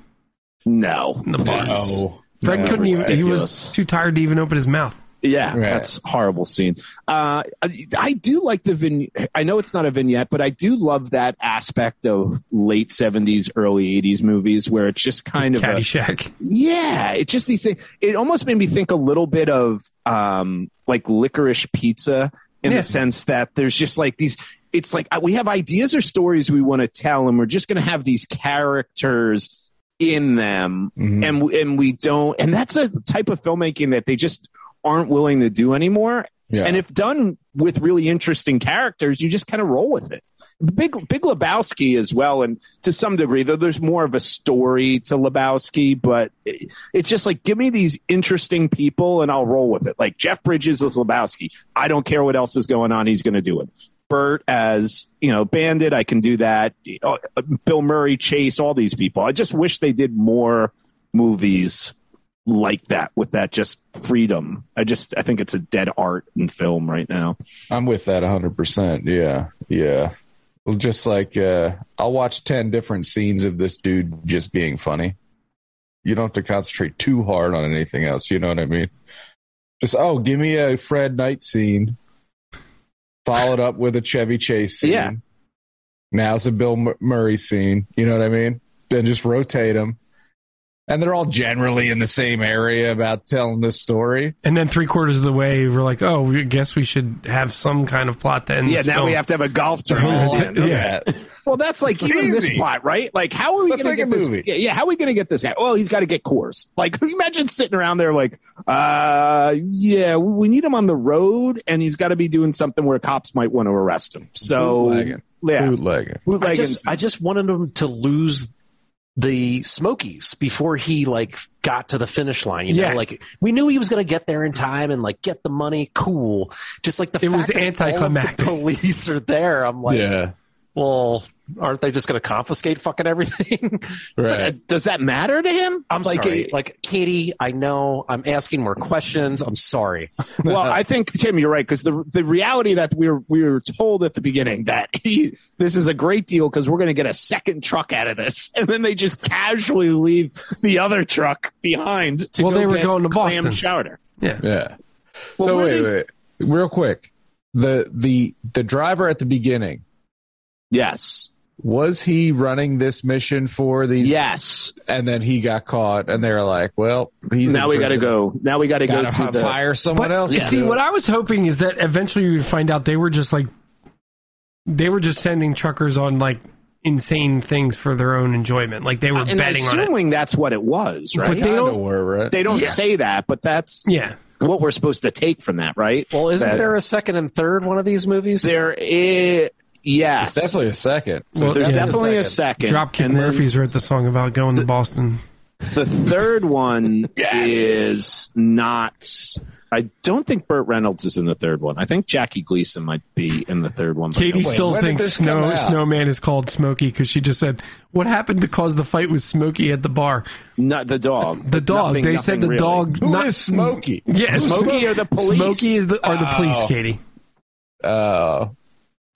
No. in The box. No. Fred No. couldn't even. He was ridiculous. too tired to even open his mouth. Yeah, Right. that's a horrible scene. Uh, I, I do like the vin. I know it's not a vignette, but I do love that aspect of late seventies, early eighties movies where it's just kind of a, Caddyshack. yeah. It just these things. It almost made me think a little bit of um, like licorice pizza in Yeah. the sense that there's just like these. It's like uh, we have ideas or stories we want to tell, and we're just going to have these characters in them Mhm. and and we don't and that's a type of filmmaking that they just aren't willing to do anymore Yeah. And if done with really interesting characters, you just kind of roll with it. The big Big Lebowski as well, and to some degree, though there's more of a story to Lebowski, but it- it's just like give me these interesting people and I'll roll with it. Like Jeff Bridges as Lebowski, I don't care what else is going on, he's going to do it. Bert as you know Bandit, I can do that. Uh, Bill Murray, Chase, all these people. I just wish they did more movies like that with that just freedom. I just I think it's a dead art in film right now. I'm with that 100%. Yeah. Yeah. Well, Just like uh, I'll watch 10 different scenes of this dude just being funny. You don't have to concentrate too hard on anything else. You know what I mean? Just, oh, give me a Fred Knight scene, followed up with a Chevy Chase scene. Yeah. Now's a Bill Mur- Murray scene. You know what I mean? Then just rotate them. And they're all generally in the same area about telling this story. And then three quarters of the way, we're like, oh, we guess we should have some kind of plot Mm-hmm. to end. yeah, this now film. we have to have a *laughs* golf Oh, tournament. at the end. Yeah. Well, that's like even Easy. this plot, right? Like, how are we Let's going to make get a this? movie. Yeah, yeah, how are we going to get this guy? Well, he's got to get Coors. Like, *laughs* imagine sitting around there, like, uh, yeah, we need him on the road, and he's got to be doing something where cops might want to arrest him. So, Bootlegging. yeah, Bootlegging. bootlegging. I just I just wanted him to lose the Smokies before he like got to the finish line. You know, Yeah. like we knew he was going to get there in time and like get the money. Cool. Just like the It fact was that all of the anticlimactic. police are there. I'm like, yeah. well, aren't they just going to confiscate fucking everything? *laughs* Right. does that matter to him? I'm like, sorry. like Katie, I know I'm asking more questions. I'm sorry. well, I think Tim, you're right because the the reality that we were we were told at the beginning that *laughs* he, this is a great deal because we're going to get a second truck out of this, *laughs* and then they just casually leave the other truck behind. To Well, go they were get going to clam Boston. chowder. Yeah. Yeah. Well, so where wait, they- wait, real quick. The the the driver at the beginning Yes, was he running this mission for these? yes. And then he got caught, and they're like, "Well, he's now in we got to prison. go. Now we got to go Gotta to fi- the. fire someone But else." you to see, do what it. I was hoping is that eventually we would find out they were just like they were just sending truckers on like insane things for their own enjoyment. Like they were Uh, And I'm betting on it. assuming that's what it was, right? But they I don't- know where, right? they don't Yeah. say that, but that's Yeah. what we're supposed to take from that, right? Well, isn't That- there a second and third one of these movies? There is. Yes, It's definitely a second. Well, There's yeah. definitely a second. Dropkick And then- Murphys wrote the song about going to Boston. The third one Yes. is not. I don't think Burt Reynolds is in the third one. I think Jackie Gleason might be in the third one. but Katie no way. still when did thinks this come Snow out? Snowman is called Smokey because she just said, "What happened to cause the fight with Smokey at the bar?" not the dog. The dog. Nothing- they nothing said the really. dog. Who not is Smokey? Yeah, Smokey or the police? Smokey is the, are the police, Oh. Katie. Uh,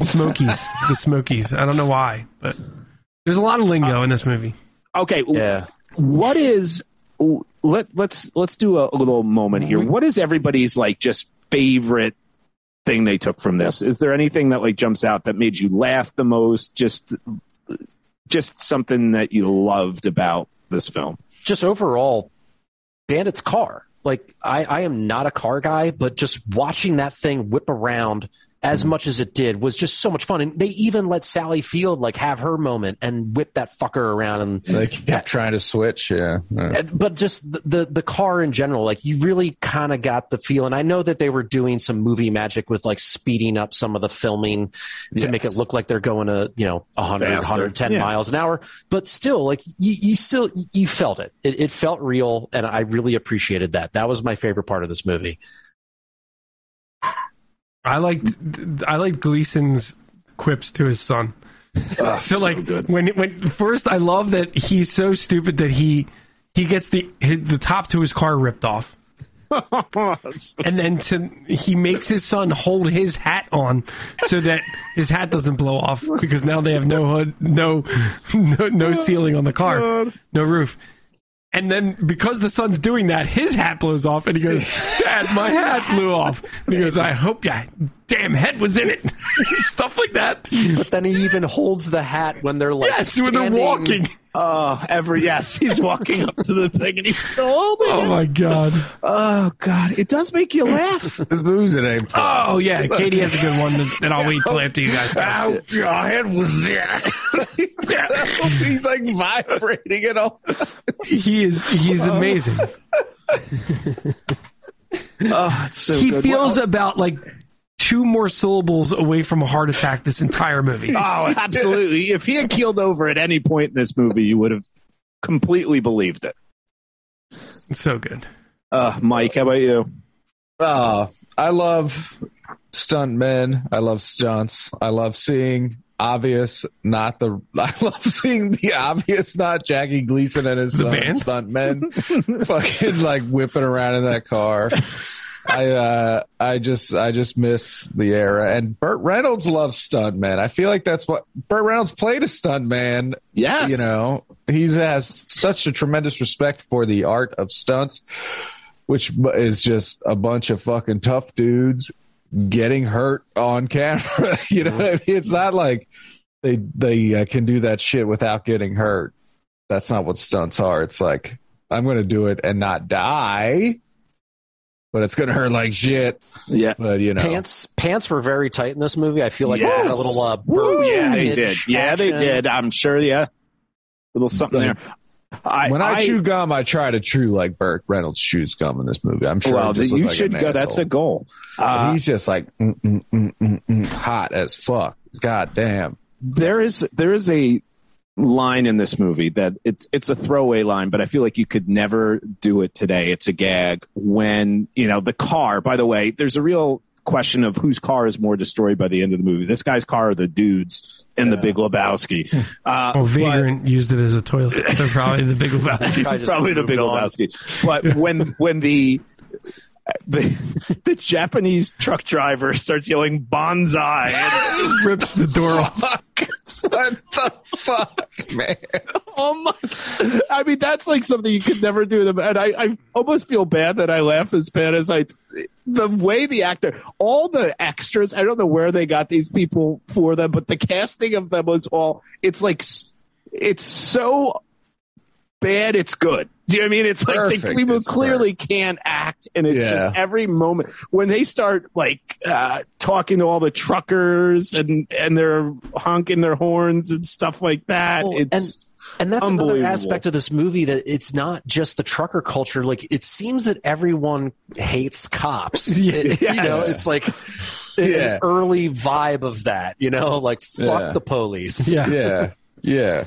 Smokies, the Smokies. I don't know why, but there's a lot of lingo in this movie. Okay. w- Yeah. What is? w- Let let's let's do a little moment Mm-hmm. here. What is everybody's like just favorite thing they took from this? Is there anything that like jumps out that made you laugh the most? Just just something that you loved about this film. just overall, Bandit's car. Like I, I am not a car guy, but just watching that thing whip around as much as it did was just so much fun. And they even let Sally Field like have her moment and whip that fucker around. And they kept trying to switch. Yeah. yeah. and- but just the the, the car in general, like you really kind of got the feel. And I know that they were doing some movie magic with like speeding up some of the filming to Yes. make it look like they're going to you know 100 Faster. 110 Yeah. miles an hour but still like you, you still you felt it. it it felt real and i really appreciated that that was my favorite part of this movie I liked I liked Gleason's quips to his son. Ugh, So like good. when when first I love that he's so stupid that he he gets the his, the top to his car ripped off. and then to, he makes his son hold his hat on so that his hat doesn't blow off because now they have no hood, no, no, no ceiling on the car, no roof. And then because the son's doing that, his hat blows off, and he goes, "Dad, my hat blew off." And he goes, "I hope your damn head was in it." *laughs* Stuff like that. but then he even holds the hat when they're like Yes, when they're standing- walking. Oh, every yes, he's walking up to the thing and he's still holding Oh it. my god. Oh god, it does make you laugh. This booze at a *laughs* Oh yeah, Katie has a good one that, that I'll wait till after you guys. finish. Ow, your head *laughs* was yeah. He's like vibrating it all. He is he's amazing. Oh, it's so he good. feels about like two more syllables away from a heart attack this entire *laughs* movie. Oh, absolutely. if he had keeled over at any point in this movie, you would have completely believed it. so good. Uh, Mike, how about you? Uh, I love stuntmen. I love stunts. I love seeing obvious, not the. *laughs* I love seeing the obvious, not Jackie Gleason and his The son, band? stuntmen, fucking like whipping around in that car. I uh, I just I just miss the era. And Burt Reynolds loves stuntmen. I feel like that's what Burt Reynolds played a stuntman Yes. you know he's has such a tremendous respect for the art of stunts which bu- is just a bunch of fucking tough dudes getting hurt on camera *laughs* you know what I mean? it's not like they they uh, can do that shit without getting hurt that's not what stunts are it's like i'm gonna do it and not die but it's gonna hurt like shit Yeah. but you know Pants pants were very tight in this movie. I feel like they had a Yes. little uh, Woo, Burt yeah, they did. Package Yeah, they action. did. I'm sure. Yeah, little something there. I, when I, chew gum, I try to chew like Burt Reynolds chews gum in this movie. I'm sure. I well, just you look like should an go. That's asshole. a goal. But Uh, he's just like mm, mm, mm, mm, mm, hot as fuck. God damn. there is there is a line in this movie that it's it's a throwaway line, but I feel like you could never do it today. It's a gag when you know the car. By the way, there's a real question of whose car is more destroyed by the end of the movie. This guy's car or the dude's in the Big *laughs* Lebowski. Uh, Well, but- Oh, Vagrant used it as a *laughs* toilet, so probably the Big Lebowski. I just probably the moved Big on. Lebowski. But *laughs* when when the the, *laughs* the Japanese truck driver starts yelling *laughs* bonsai, and *laughs* rips the door off. *laughs* What the fuck, man? oh my! I mean, that's like something you could never do. And I, I almost feel bad that I laugh as bad as I. The way the actor, all the extras, I don't know where they got these people for them, but the casting of them was all. It's like, s- it's so bad, it's good. Do you know what I mean? It's like the Perfect, people it's clearly can't act, and it's Yeah. just every moment when they start like uh, talking to all the truckers and and they're honking their horns and stuff like that. Well, it's And that's another Unbelievable. aspect of this movie that it's not just the trucker culture. Like it seems that everyone *laughs* hates *laughs* cops. Yeah. It- You know, Yes. it's like Yeah. an early vibe of that. You know, like fuck Yeah. the police. *laughs* Yeah. Yeah. Yeah.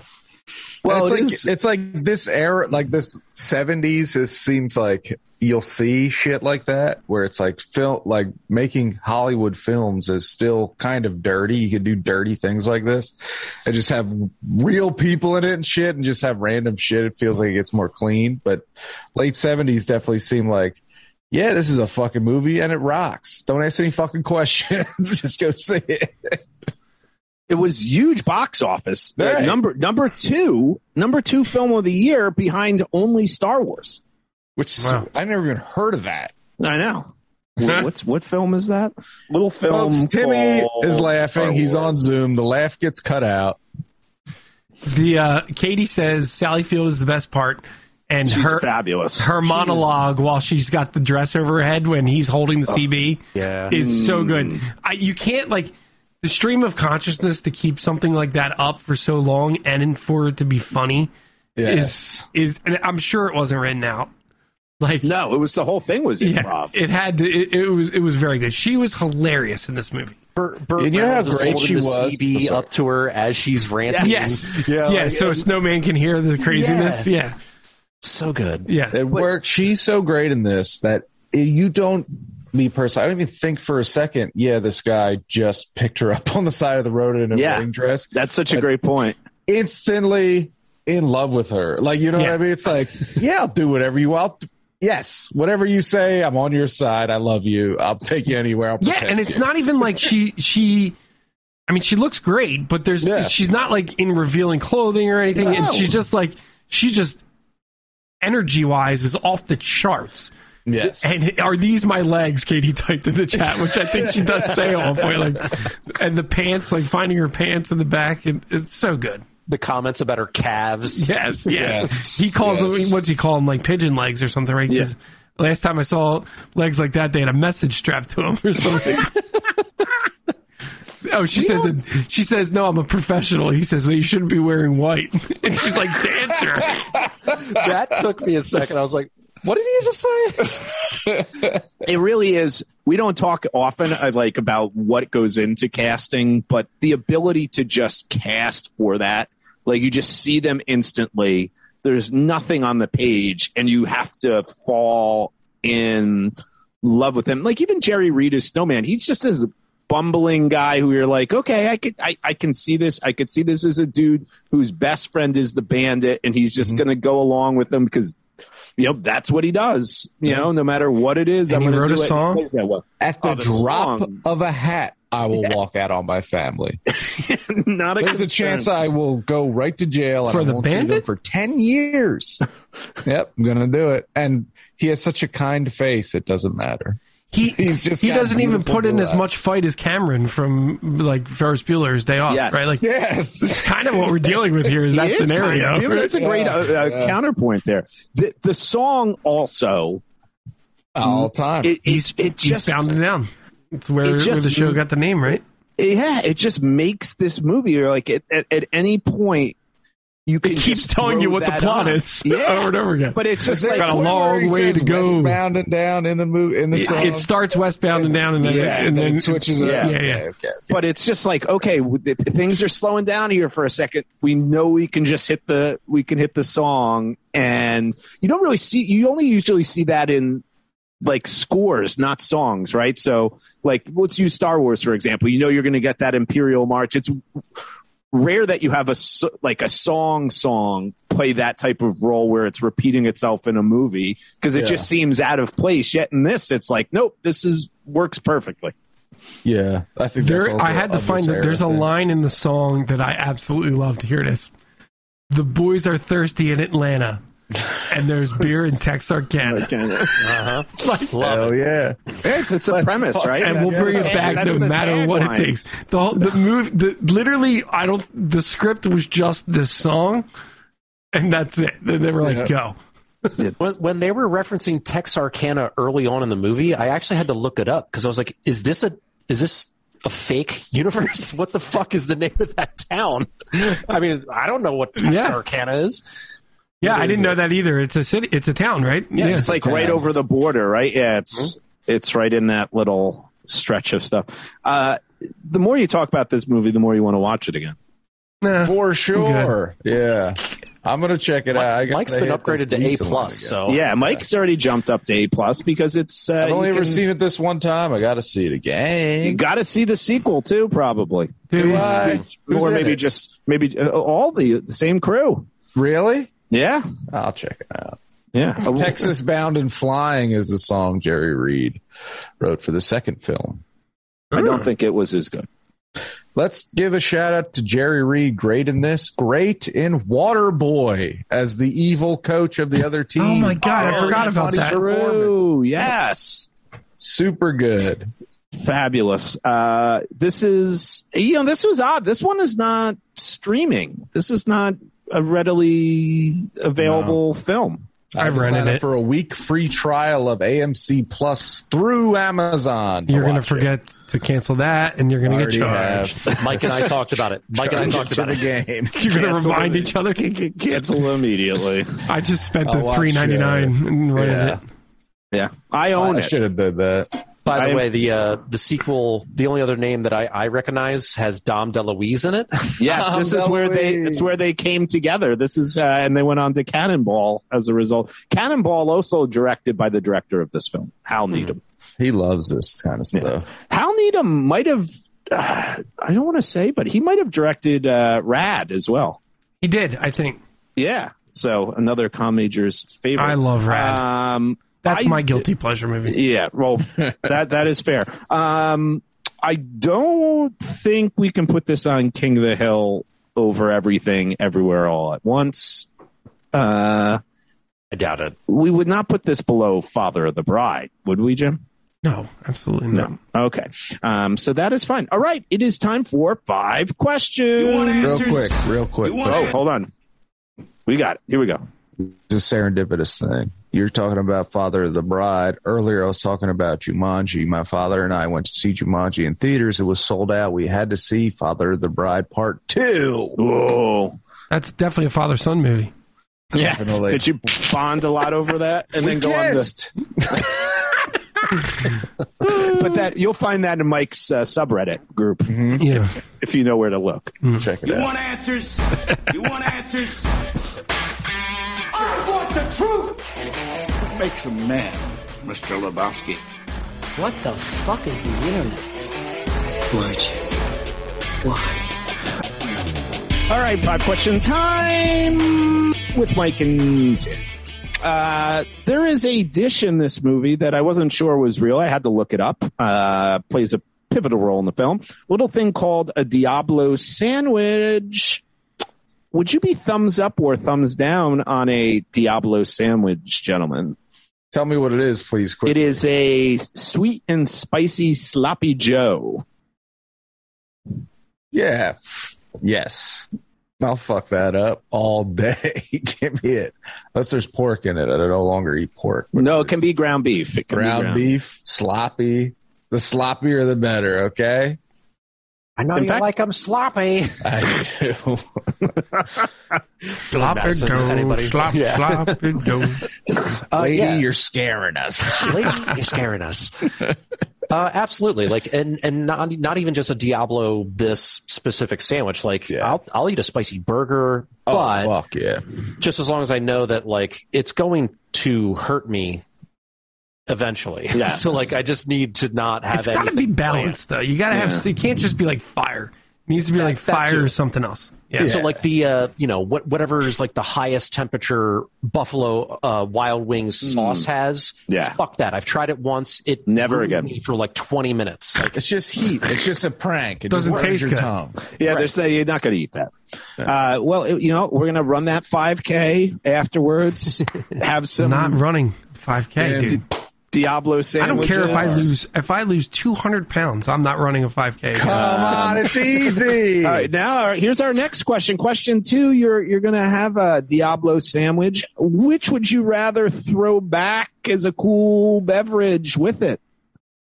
Well, it's it like is- it's like this era like this seventies, it seems like you'll see shit like that where it's like film like making Hollywood films is still kind of dirty. You can do dirty things like this and just have real people in it and shit and just have random shit. It feels like it gets more clean. But late seventies definitely seem like yeah, this is a fucking movie and it rocks. Don't ask any fucking *laughs* questions. just go see it. it was huge box office Uh, Right. number number two number two film of the year behind only Star Wars. Which is, Wow. I never even heard of that. I know. *laughs* Wh- What's what film is that? Little film. Folks, Timmy called is laughing. Star He's on Wars. Zoom. The laugh gets cut out. The uh, Katie says Sally Field is the best part, and She's her fabulous. her monologue while she's got the dress over her head when he's holding Oh, the CB Yeah. is so Mm. good. I, you can't like the stream of consciousness to keep something like that up for so long and in, for it to be funny is is and I'm sure it wasn't written out. Like No, it was the whole thing was *laughs* yeah, improv. it had to, it, it was it was very good. She was hilarious in this movie. Burt, Burt And you know how Reynolds is great holding she the was? I'm CB sorry. up to her as she's ranting. Yes. Yeah. Yeah, so a snowman can hear the craziness. Yeah. So good. Yeah. It works. She's so great in this that it- you don't. Me personally, I don't even think for a second. Yeah, this guy just picked her up *laughs* on the side of the road in a Yeah. wedding dress. That's such a great point. Instantly in love with her. Like you know Yeah. what I mean? It's like, yeah, I'll do whatever you want. Yes, whatever you say, I'm on your side. I love you. I'll take you anywhere. I'll Yeah, protect and it's you. not even like she she I mean she looks great, but there's Yeah. she's not like in revealing clothing or anything and No. she's just like she just energy wise is off the charts. Yes. And are these my legs? Katie typed in the chat, which I think she does say at one point. Like, and the pants, like finding her pants in the back, and it's so good. The comments about her calves. Yes, yes. Yes, He calls yes. them. What's he call them? Like pigeon legs or something, right? 'Cause Last time I saw legs like that, they had a message strapped to them or something. *laughs* oh, she says. She says, "No, I'm a professional." He says, well, "You shouldn't *laughs* be wearing white." And she's like, "Dancer." That took me a second. I was like, What did you just say? it really is we don't talk often uh, like about what goes into casting but the ability to just cast for that like you just see them instantly there's nothing on the page and you have to fall in love with them like even jerry reed is snowman he's just this bumbling guy who you're like okay i could I, I can see this i could see this as a dude whose best friend is the bandit and he's just gonna go along with them because you know that's what he does you know no matter what it is And he I'm gonna wrote do a it. He song? plays that well. At the, Oh, the drop song. of a hat, I will walk out on my family. not a There's a concern. chance I will go right to jail and For I the won't see them bandit? for ten *laughs* years. yep, I'm gonna do it. And he has such a kind face; it doesn't matter. *laughs* He He's just he got doesn't even beautiful put in blue as eyes. much fight as Cameron from like Ferris Bueller's Day Off, Yes. right? Like Yes, kind of what we're dealing *laughs* with here is that It is scenario. kind of- that's a great uh, Yeah, uh, yeah. counterpoint there. The, the song also *laughs* all time. it, he's it, it he's just bound it down. It's where, it where just the show m- got the name, right? yeah it just makes this movie you're like at, at, at any point you can It keeps just telling throw you what the that on. plot is *laughs* yeah over and over again. but it's just like got a Where long he way says to go. Westbound and down in the movie in the song. it starts westbound and down, and then yeah, and then it switches. yeah, around. yeah, yeah. okay, okay. but it's just like okay w- th- things are slowing down here for a second we know we can just hit the we can hit the song and you don't really see you only usually see that in like scores not songs right so like let's use star wars for example you know you're going to get that imperial march it's rare that you have a s- like a song song play that type of role where it's repeating itself in a movie because it Yeah. just seems out of place yet in this it's like nope this is works perfectly Yeah, I think that's There, also I had to of find this that there's a era thing. line in the song that I absolutely love. To hear this, the boys are thirsty in Atlanta, and there's beer in Texarkana, *laughs* Uh huh. Love Hell it. yeah! It's, it's a premise, right? and we'll That's bring the it tag- back that's no the matter what tagline. it takes. The whole, the move, the literally, I don't. The script was just this song, and that's it. Then they were like, Yeah. "Go." When, when they were referencing Texarkana early on in the movie, I actually had to look it up because I was like, "Is this a is this a fake *laughs* universe? what the fuck is the name of that town?" *laughs* I mean, I don't know what Yeah. Texarkana is. Yeah, I didn't is know that either. It's a city. It's a town, right? Yeah, It's like right over the border, right? Yeah, it's Mm-hmm. it's right in that little stretch of stuff. Uh, the more you talk about this movie, the more you want to watch it again. Nah. *laughs* For sure. Yeah. I'm gonna check it out. I gotta Mike's been hit this upgraded to A decent one plus, again. Oh, so yeah, Mike's already jumped up to A plus because it's. Uh, I've only you ever can- seen it this one time. I gotta see it You again. got to see the sequel too, probably, Dude, Why? Who's or in maybe it? just maybe uh, all the, the same crew. really? Yeah, I'll check it out. yeah. Texas Bound and Flying is the song Jerry Reed wrote for the second film. I don't think it was as good. Let's give a shout out to Jerry Reed, great in this, great in Waterboy as the evil coach of the other *laughs* team. Oh my god, I Oh, forgot that's about that. performance. True. Yes. Super good. Fabulous. Uh, this is, you know, this was odd. This one is not streaming. This is not a readily available film. I would rented sign up it. for a week free trial of AMC Plus through Amazon. to You're gonna watch it. forget to cancel that, and you're I gonna get already charged. have. Mike and I talked about it. Mike and I Charge talked it to about it. the *laughs* game. *laughs* You're gonna Cancel remind it. each other. Cancel immediately. *laughs* I just spent I'll the watch, three ninety nine and rented yeah. it. Yeah. I own I it. should have did that. By the I'm- way, the uh, the sequel, the only other name that I, I recognize has Dom DeLuise in it. *laughs* Yes, this is where they Halloween. it's where they came together. This is uh, and they went on to Cannonball as a result. Cannonball also directed by the director of this film, Hal Hmm. Needham. He loves this kind of stuff. Hal Needham might have uh, I don't want to say, but he might have directed uh, Rad as well. He did, I think. Yeah. So another com major's favorite. I love Rad. Um, That's I my d- guilty pleasure movie. yeah. *laughs* Well, that that is fair. Um, I don't think we can put this on King of the Hill over everything, everywhere, all at once. Uh, I doubt it. we would not put this below Father of the Bride, would we, Jim? No, absolutely not. No. Okay. Um, so that is fine. All right. It is time for five questions. Real quick, real quick. Oh, hold on. We got it. Here we go. It's a serendipitous thing. You're talking about Father of the Bride. Earlier, I was talking about Jumanji. My father and I went to see Jumanji in theaters. It was sold out. We had to see Father of the Bride Part 2. Whoa. That's definitely a father son movie. Yeah. Definitely. Did you bond a lot over that and then go on the Kissed. But that you'll find that in Mike's uh, subreddit group Yeah. if you know where to look. Check it You out. want answers? You want answers? *laughs* I want the truth! What makes a man, Mr. Lebowski? What the fuck is the internet? Why'd you? Why? All right, five question time with Mike and Tim. Uh, there is a dish in this movie that I wasn't sure was real. I had to look it up. Uh, plays a pivotal role in the film. Little thing called a Diablo sandwich. Would you be thumbs up or thumbs down on a Diablo sandwich, gentlemen? Tell me what it is, please. Quick. It is a sweet and spicy sloppy Joe. Yeah. Yes. I'll fuck that up all day. *laughs* Give me it. Unless there's pork in it. I no longer eat pork. but No, if it can it's be ground beef. It can ground, be ground beef, sloppy. The sloppier the better, okay? I know In you fact- like them sloppy. I *laughs* do. Slop it Madison, dough. anybody? Slop, *laughs* Yeah. slop it dough. Uh, Lady, yeah. you're scaring us. *laughs* Lady, you're scaring us. *laughs* Uh, absolutely, like, and and not not even just a Diablo this specific sandwich. Like, Yeah. I'll I'll eat a spicy burger, oh, but fuck yeah. just as long as I know that like it's going to hurt me eventually. Yeah. *laughs* so like, I just need to not have. It's got to be anything balanced, though. You got to have. You can't just be like fire. It needs to be like that fire or too. something else. Yeah. planned. So like the uh, you know what whatever is like the highest temperature Buffalo uh, Wild Wings sauce has. Mm. Yeah. fuck that. I've tried it once. It Never ruined again. me for like twenty minutes. Like, It's just heat. It's just a prank. It Doesn't just burns taste your good. tongue. Yeah, there's no- you're not going to eat that. Uh, well, it- you know, we're going to run that 5K *laughs* afterwards. have some not running 5K, Yeah. dude. Diablo I don't sandwiches. care if I lose. If I lose 200 pounds, I'm not running a 5K. Come on, it's easy. All right, now all right, here's our next question. Question two: You're you're going to have a Diablo sandwich. Which would you rather throw back as a cool beverage with it?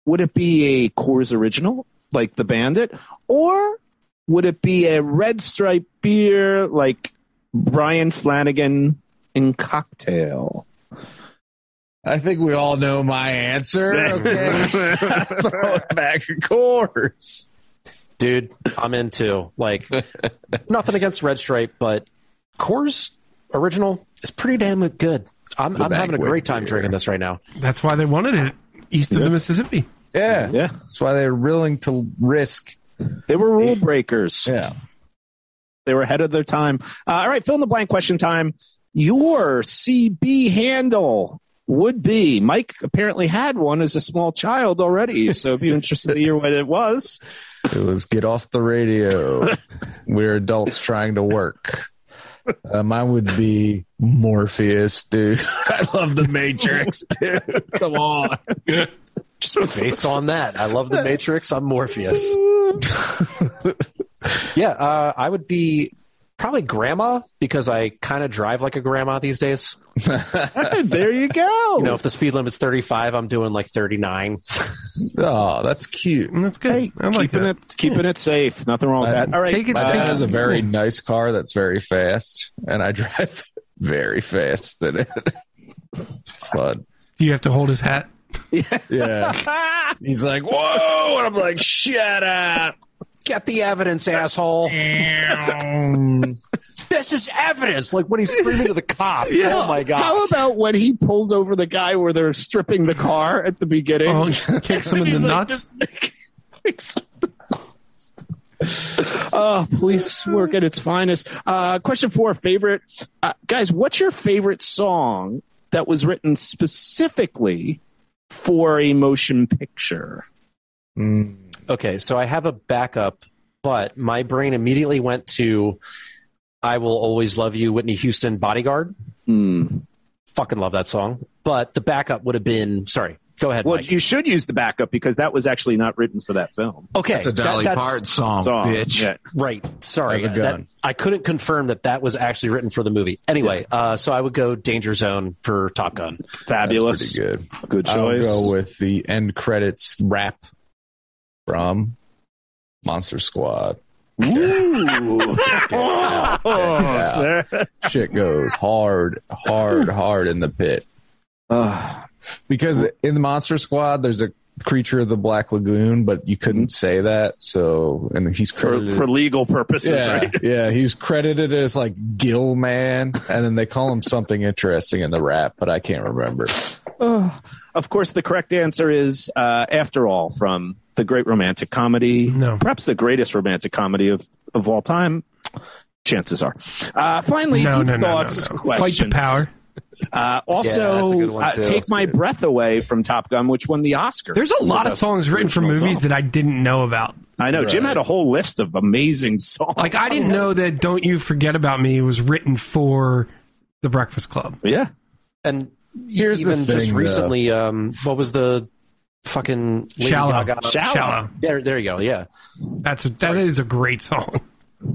Would it be a Coors Original like the Bandit, or would it be a Red Stripe beer like Brian Flanagan in Cocktail? *laughs* I think we all know my answer. Okay. *laughs* Throw it back, of course. dude, I'm into like nothing against Red Stripe, but Coors Original is pretty damn good. I'm, I'm having a banquet great time beer. drinking this right now. That's why they wanted it east of the Mississippi. Yeah. Yeah. That's why they're willing to risk. They were rule breakers. Yeah. They were ahead of their time. Uh, all right, fill in the blank question time. Your CB handle would be Mike apparently had one as a small child already. So if you're interested to hear what it was, *laughs* It was get off the *laughs* radio. We're adults trying to work. Uh, mine would be Morpheus, dude. *laughs* I love the Matrix, dude. Come on. Just based on that, I love the Matrix. I'm Morpheus. yeah, uh, I would be probably grandma because I kind of drive like a grandma these days. there you go. You know, if the speed limit's 35, I'm doing like 39. *laughs* Oh, that's cute. And that's good. I like keeping that. Uh, it keeping it safe. Nothing wrong with that. All right. Take it- My take dad it- has a very nice car that's very fast, and I *laughs* drive very fast in it. It's fun. Do you have to hold his hat? Yeah. He's like, whoa. And I'm like, shut up. Get the evidence, asshole. This is evidence. Like when he's screaming to *laughs* the cop. Oh my god. How about when he pulls over the guy where they're stripping the car at the beginning? *laughs* Oh, kick some in the He's like, nuts. just- *laughs* oh, police work at its finest. Uh, question four, favorite uh, guys. What's your favorite song that was written specifically for a motion picture? Okay, so I have a backup, but my brain immediately went to I Will Always Love You, Whitney Houston Bodyguard. Hmm. Fucking love that song. But the backup would have been sorry, go ahead. Well, Mike. you should use the backup because that was actually not written for that film. okay, That's a that- Dolly that's- Parton song, Song. bitch. Yeah. Right. Sorry. Have a gun. That- I couldn't confirm that that was actually written for the movie. Anyway, uh, so I would go Danger Zone for Top Gun. Fabulous. That's pretty good. Good I'll choice. go with the end credits rap from Monster Squad. Ooh. *laughs* Oh, sir. Shit goes hard, hard, hard in the pit. Ugh. because in the Monster Squad, there's a creature of the Black Lagoon, but you couldn't say that. So, and he's Mm-hmm. for, credited for legal purposes, yeah, right? *laughs* yeah, he's credited as like Gill Man, and then they call him something interesting in the rap, but I can't remember. Of course, the correct answer is uh, After All from the great romantic comedy, No. perhaps the greatest romantic comedy of, of all time. Chances are. Uh, finally, No, deep no, no, no, thoughts no. Fight question. the power. Uh, Yeah, that's a also, good one, uh, too. take That's my good. breath away from Top Gun, which won the Oscar. There's a for lot of best songs written for original movies song. Oh, that I didn't know about. I know. Jim Right. had a whole list of amazing songs. Like I didn't know that "Don't You Forget About Me" was written for The Breakfast Club. Yeah. And Here's the even just thing, recently, um, what was the fucking Lady Shallow. Gaga- Shallow. There, there you go. Yeah, That's a, that is a *laughs* great song.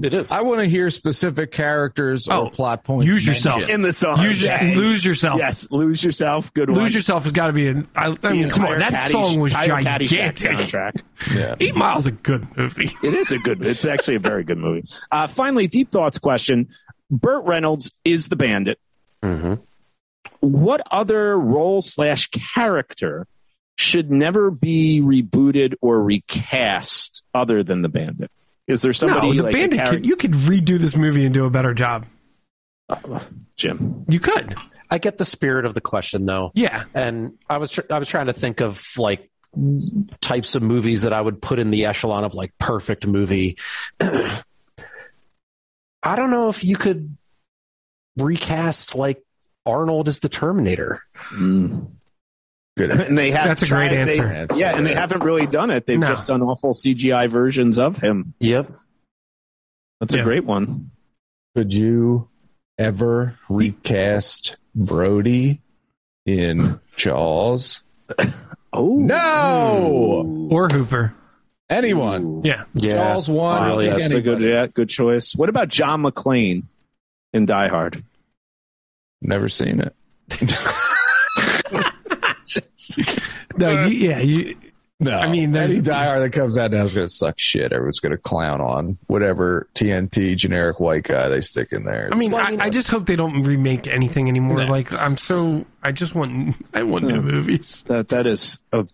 it is. I want to hear specific characters or Oh, plot points. use yourself. mentioned. In the song. Use- Yes. Lose yourself. Yes. Lose yourself. Good one. Lose Yourself has got to be. A, I, I The mean, come on, entire that Caddy- song was entire Caddyshack gigantic. soundtrack. Yeah. Eight Mile's a good movie. It is a good. It's actually a very good movie. Uh, finally, deep thoughts question: Burt Reynolds is the bandit. What other role slash character should never be rebooted or recast other than the bandit? Is there somebody no, the like a bandit. character- Could, you could redo this movie and do a better job. Jim? You could. I get the spirit of the question though. Yeah. and I was tr- I was trying to think of like types of movies that I would put in the echelon of like perfect movie. *clears throat* I don't know if you could recast like Arnold as the Terminator. Good. And they have That's a great tried- they- answer. That's- yeah, and they haven't really done it. They've No. just done awful CGI versions of him. Yep. That's a Yeah. great one. *laughs* Could you ever recast Brody in Jaws? Oh No. Or Hooper. Anyone? Yeah. Yeah. Jaws one. Wow, pick That's a good, anybody. yeah, good choice. What about John McClane in Die Hard? Never seen it. *laughs* Uh, No. You, yeah. You, No, I mean, there's- any diehard that comes out now is going to suck shit. Everyone's going to clown on whatever TNT generic white guy they stick in there. I mean, It's- I, I just hope they don't remake anything anymore. Like I'm so. I just want. I want new movies. That that is a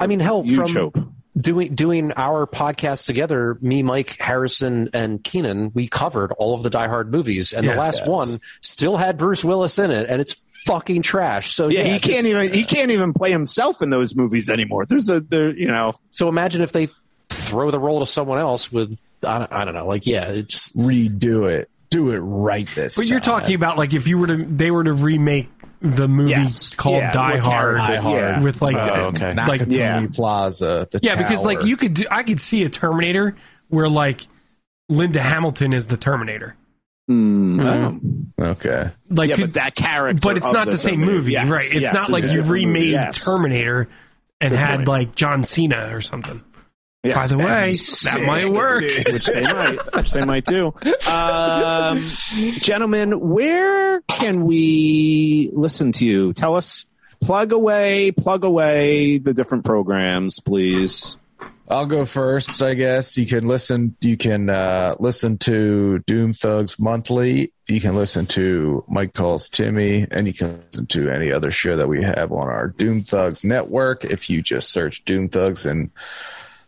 I mean, hell, huge from hope. doing doing our podcast together, me, Mike, Harrison, and Keenan, we covered all of the Die Hard movies, and Yeah. the last Yes. one still had Bruce Willis in it, and it's fucking trash. So Yeah, yeah, he just- can't even he can't even play himself in those movies anymore. There's a there, you know, So imagine if they throw the role to someone else with I don't, I don't know, like yeah, it just redo it. Do it right this. But you're time. talking about like if you were to they were to remake the movie Yes. called Yeah, Die what Hard, character- yeah. with like Oh, okay. like Nakatomi yeah. Plaza. The yeah because like tower. you could do, I could see a Terminator where like Linda Hamilton is the Terminator Okay. Hmm. like yeah, could- but that character. but it's of not the, same Terminator. movie Yes, right it's yes, not like a you different movie. remade Yes. Terminator and had point. like John Cena or something Yes. by the way that might *laughs* work which they might, which they might do. Um, gentlemen, where can we listen to you? Tell us, plug away, plug away the different programs, *laughs* please. I'll go first, I guess. You can listen. You can uh, listen to Doom Thugs Monthly. You can listen to Mike Calls Timmy, and you can listen to any other show that we have on our Doom Thugs network. If you just search Doom Thugs and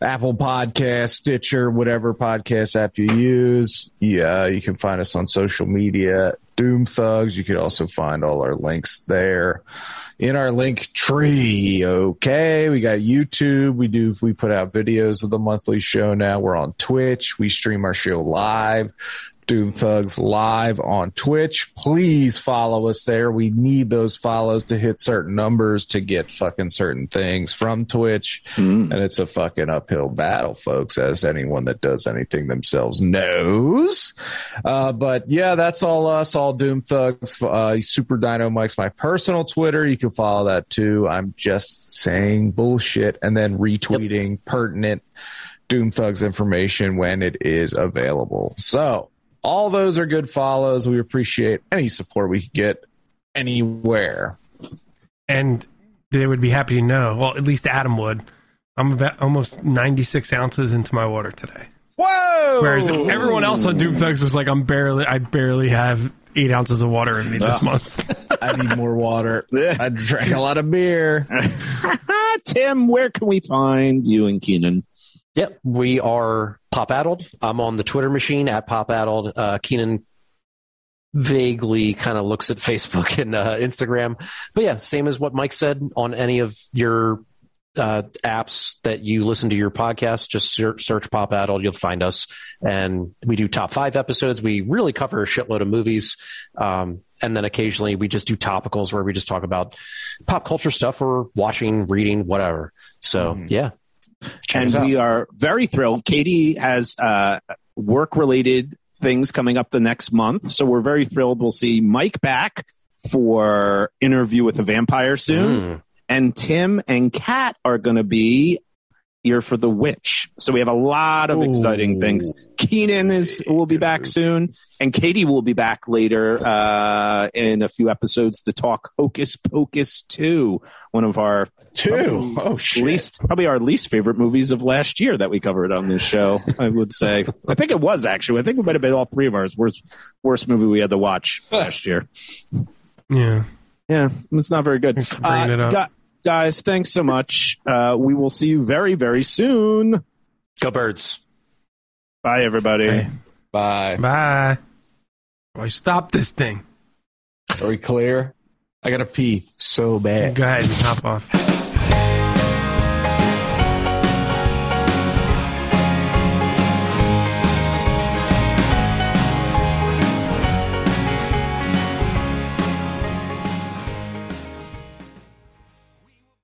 Apple Podcast, Stitcher, whatever podcast app you use, yeah, you can find us on social media. Doom Thugs. You can also find all our links there in our link tree. Okay, we got YouTube. We do we put out videos of the monthly show now. We're on Twitch. We stream our show live. Doom Thugs live on Twitch. Please follow us there. We need those follows to hit certain numbers to get fucking certain things from Twitch. And it's a fucking uphill battle, folks, as anyone that does anything themselves knows. Uh, but yeah, that's all us, all Doom Thugs. Uh, Super Dino Mike's my personal Twitter. You can follow that too. I'm just saying bullshit and then retweeting pertinent Doom Thugs information when it is available. So all those are good follows. We appreciate any support we can get anywhere. and they would be happy to know. Well, at least Adam would. I'm about almost 96 ounces into my water today. Whoa! Whereas Oh. everyone else on Doom Thugs was like, I'm barely, I barely have eight ounces of water in me this month. I need more water. I drank a lot of beer. Tim, where can we find you and Keenan? Yep, we are Pop Addled. I'm on the Twitter machine at Pop Addled. Uh, Keenan vaguely kind of looks at *laughs* Facebook and uh, Instagram. But yeah, same as what Mike said on any of your uh, apps that you listen to your podcast, just search, search Pop Addle. You'll find us. And we do top five episodes. We really cover a shitload of movies. Um, and then occasionally we just do topicals where we just talk about pop culture stuff or watching, reading, whatever. So mm. yeah. Mm-hmm. and we are very thrilled. Katie has uh, work related things coming up the next month. So we're very thrilled. We'll see Mike back for interview with a vampire Hmm. soon. Mm and Tim and Kat are going to be here for the witch. So we have a lot of Ooh. exciting things. Keenan is will be back soon, and Katie will be back later uh, in a few episodes to talk Hocus Pocus two, one of our two oh shit. least probably our least favorite movies of last year that we covered on this show. I would say I think it was actually I think it might have been all three of ours worst worst movie we had to watch last year. Yeah. Yeah, it's not very good. Uh, gu- guys, thanks so much. Uh, we will see you very, very soon. Go birds. Bye, everybody. Hey. Bye. Bye. Why stop this thing? Are we clear? I gotta pee so bad. Go ahead and hop off.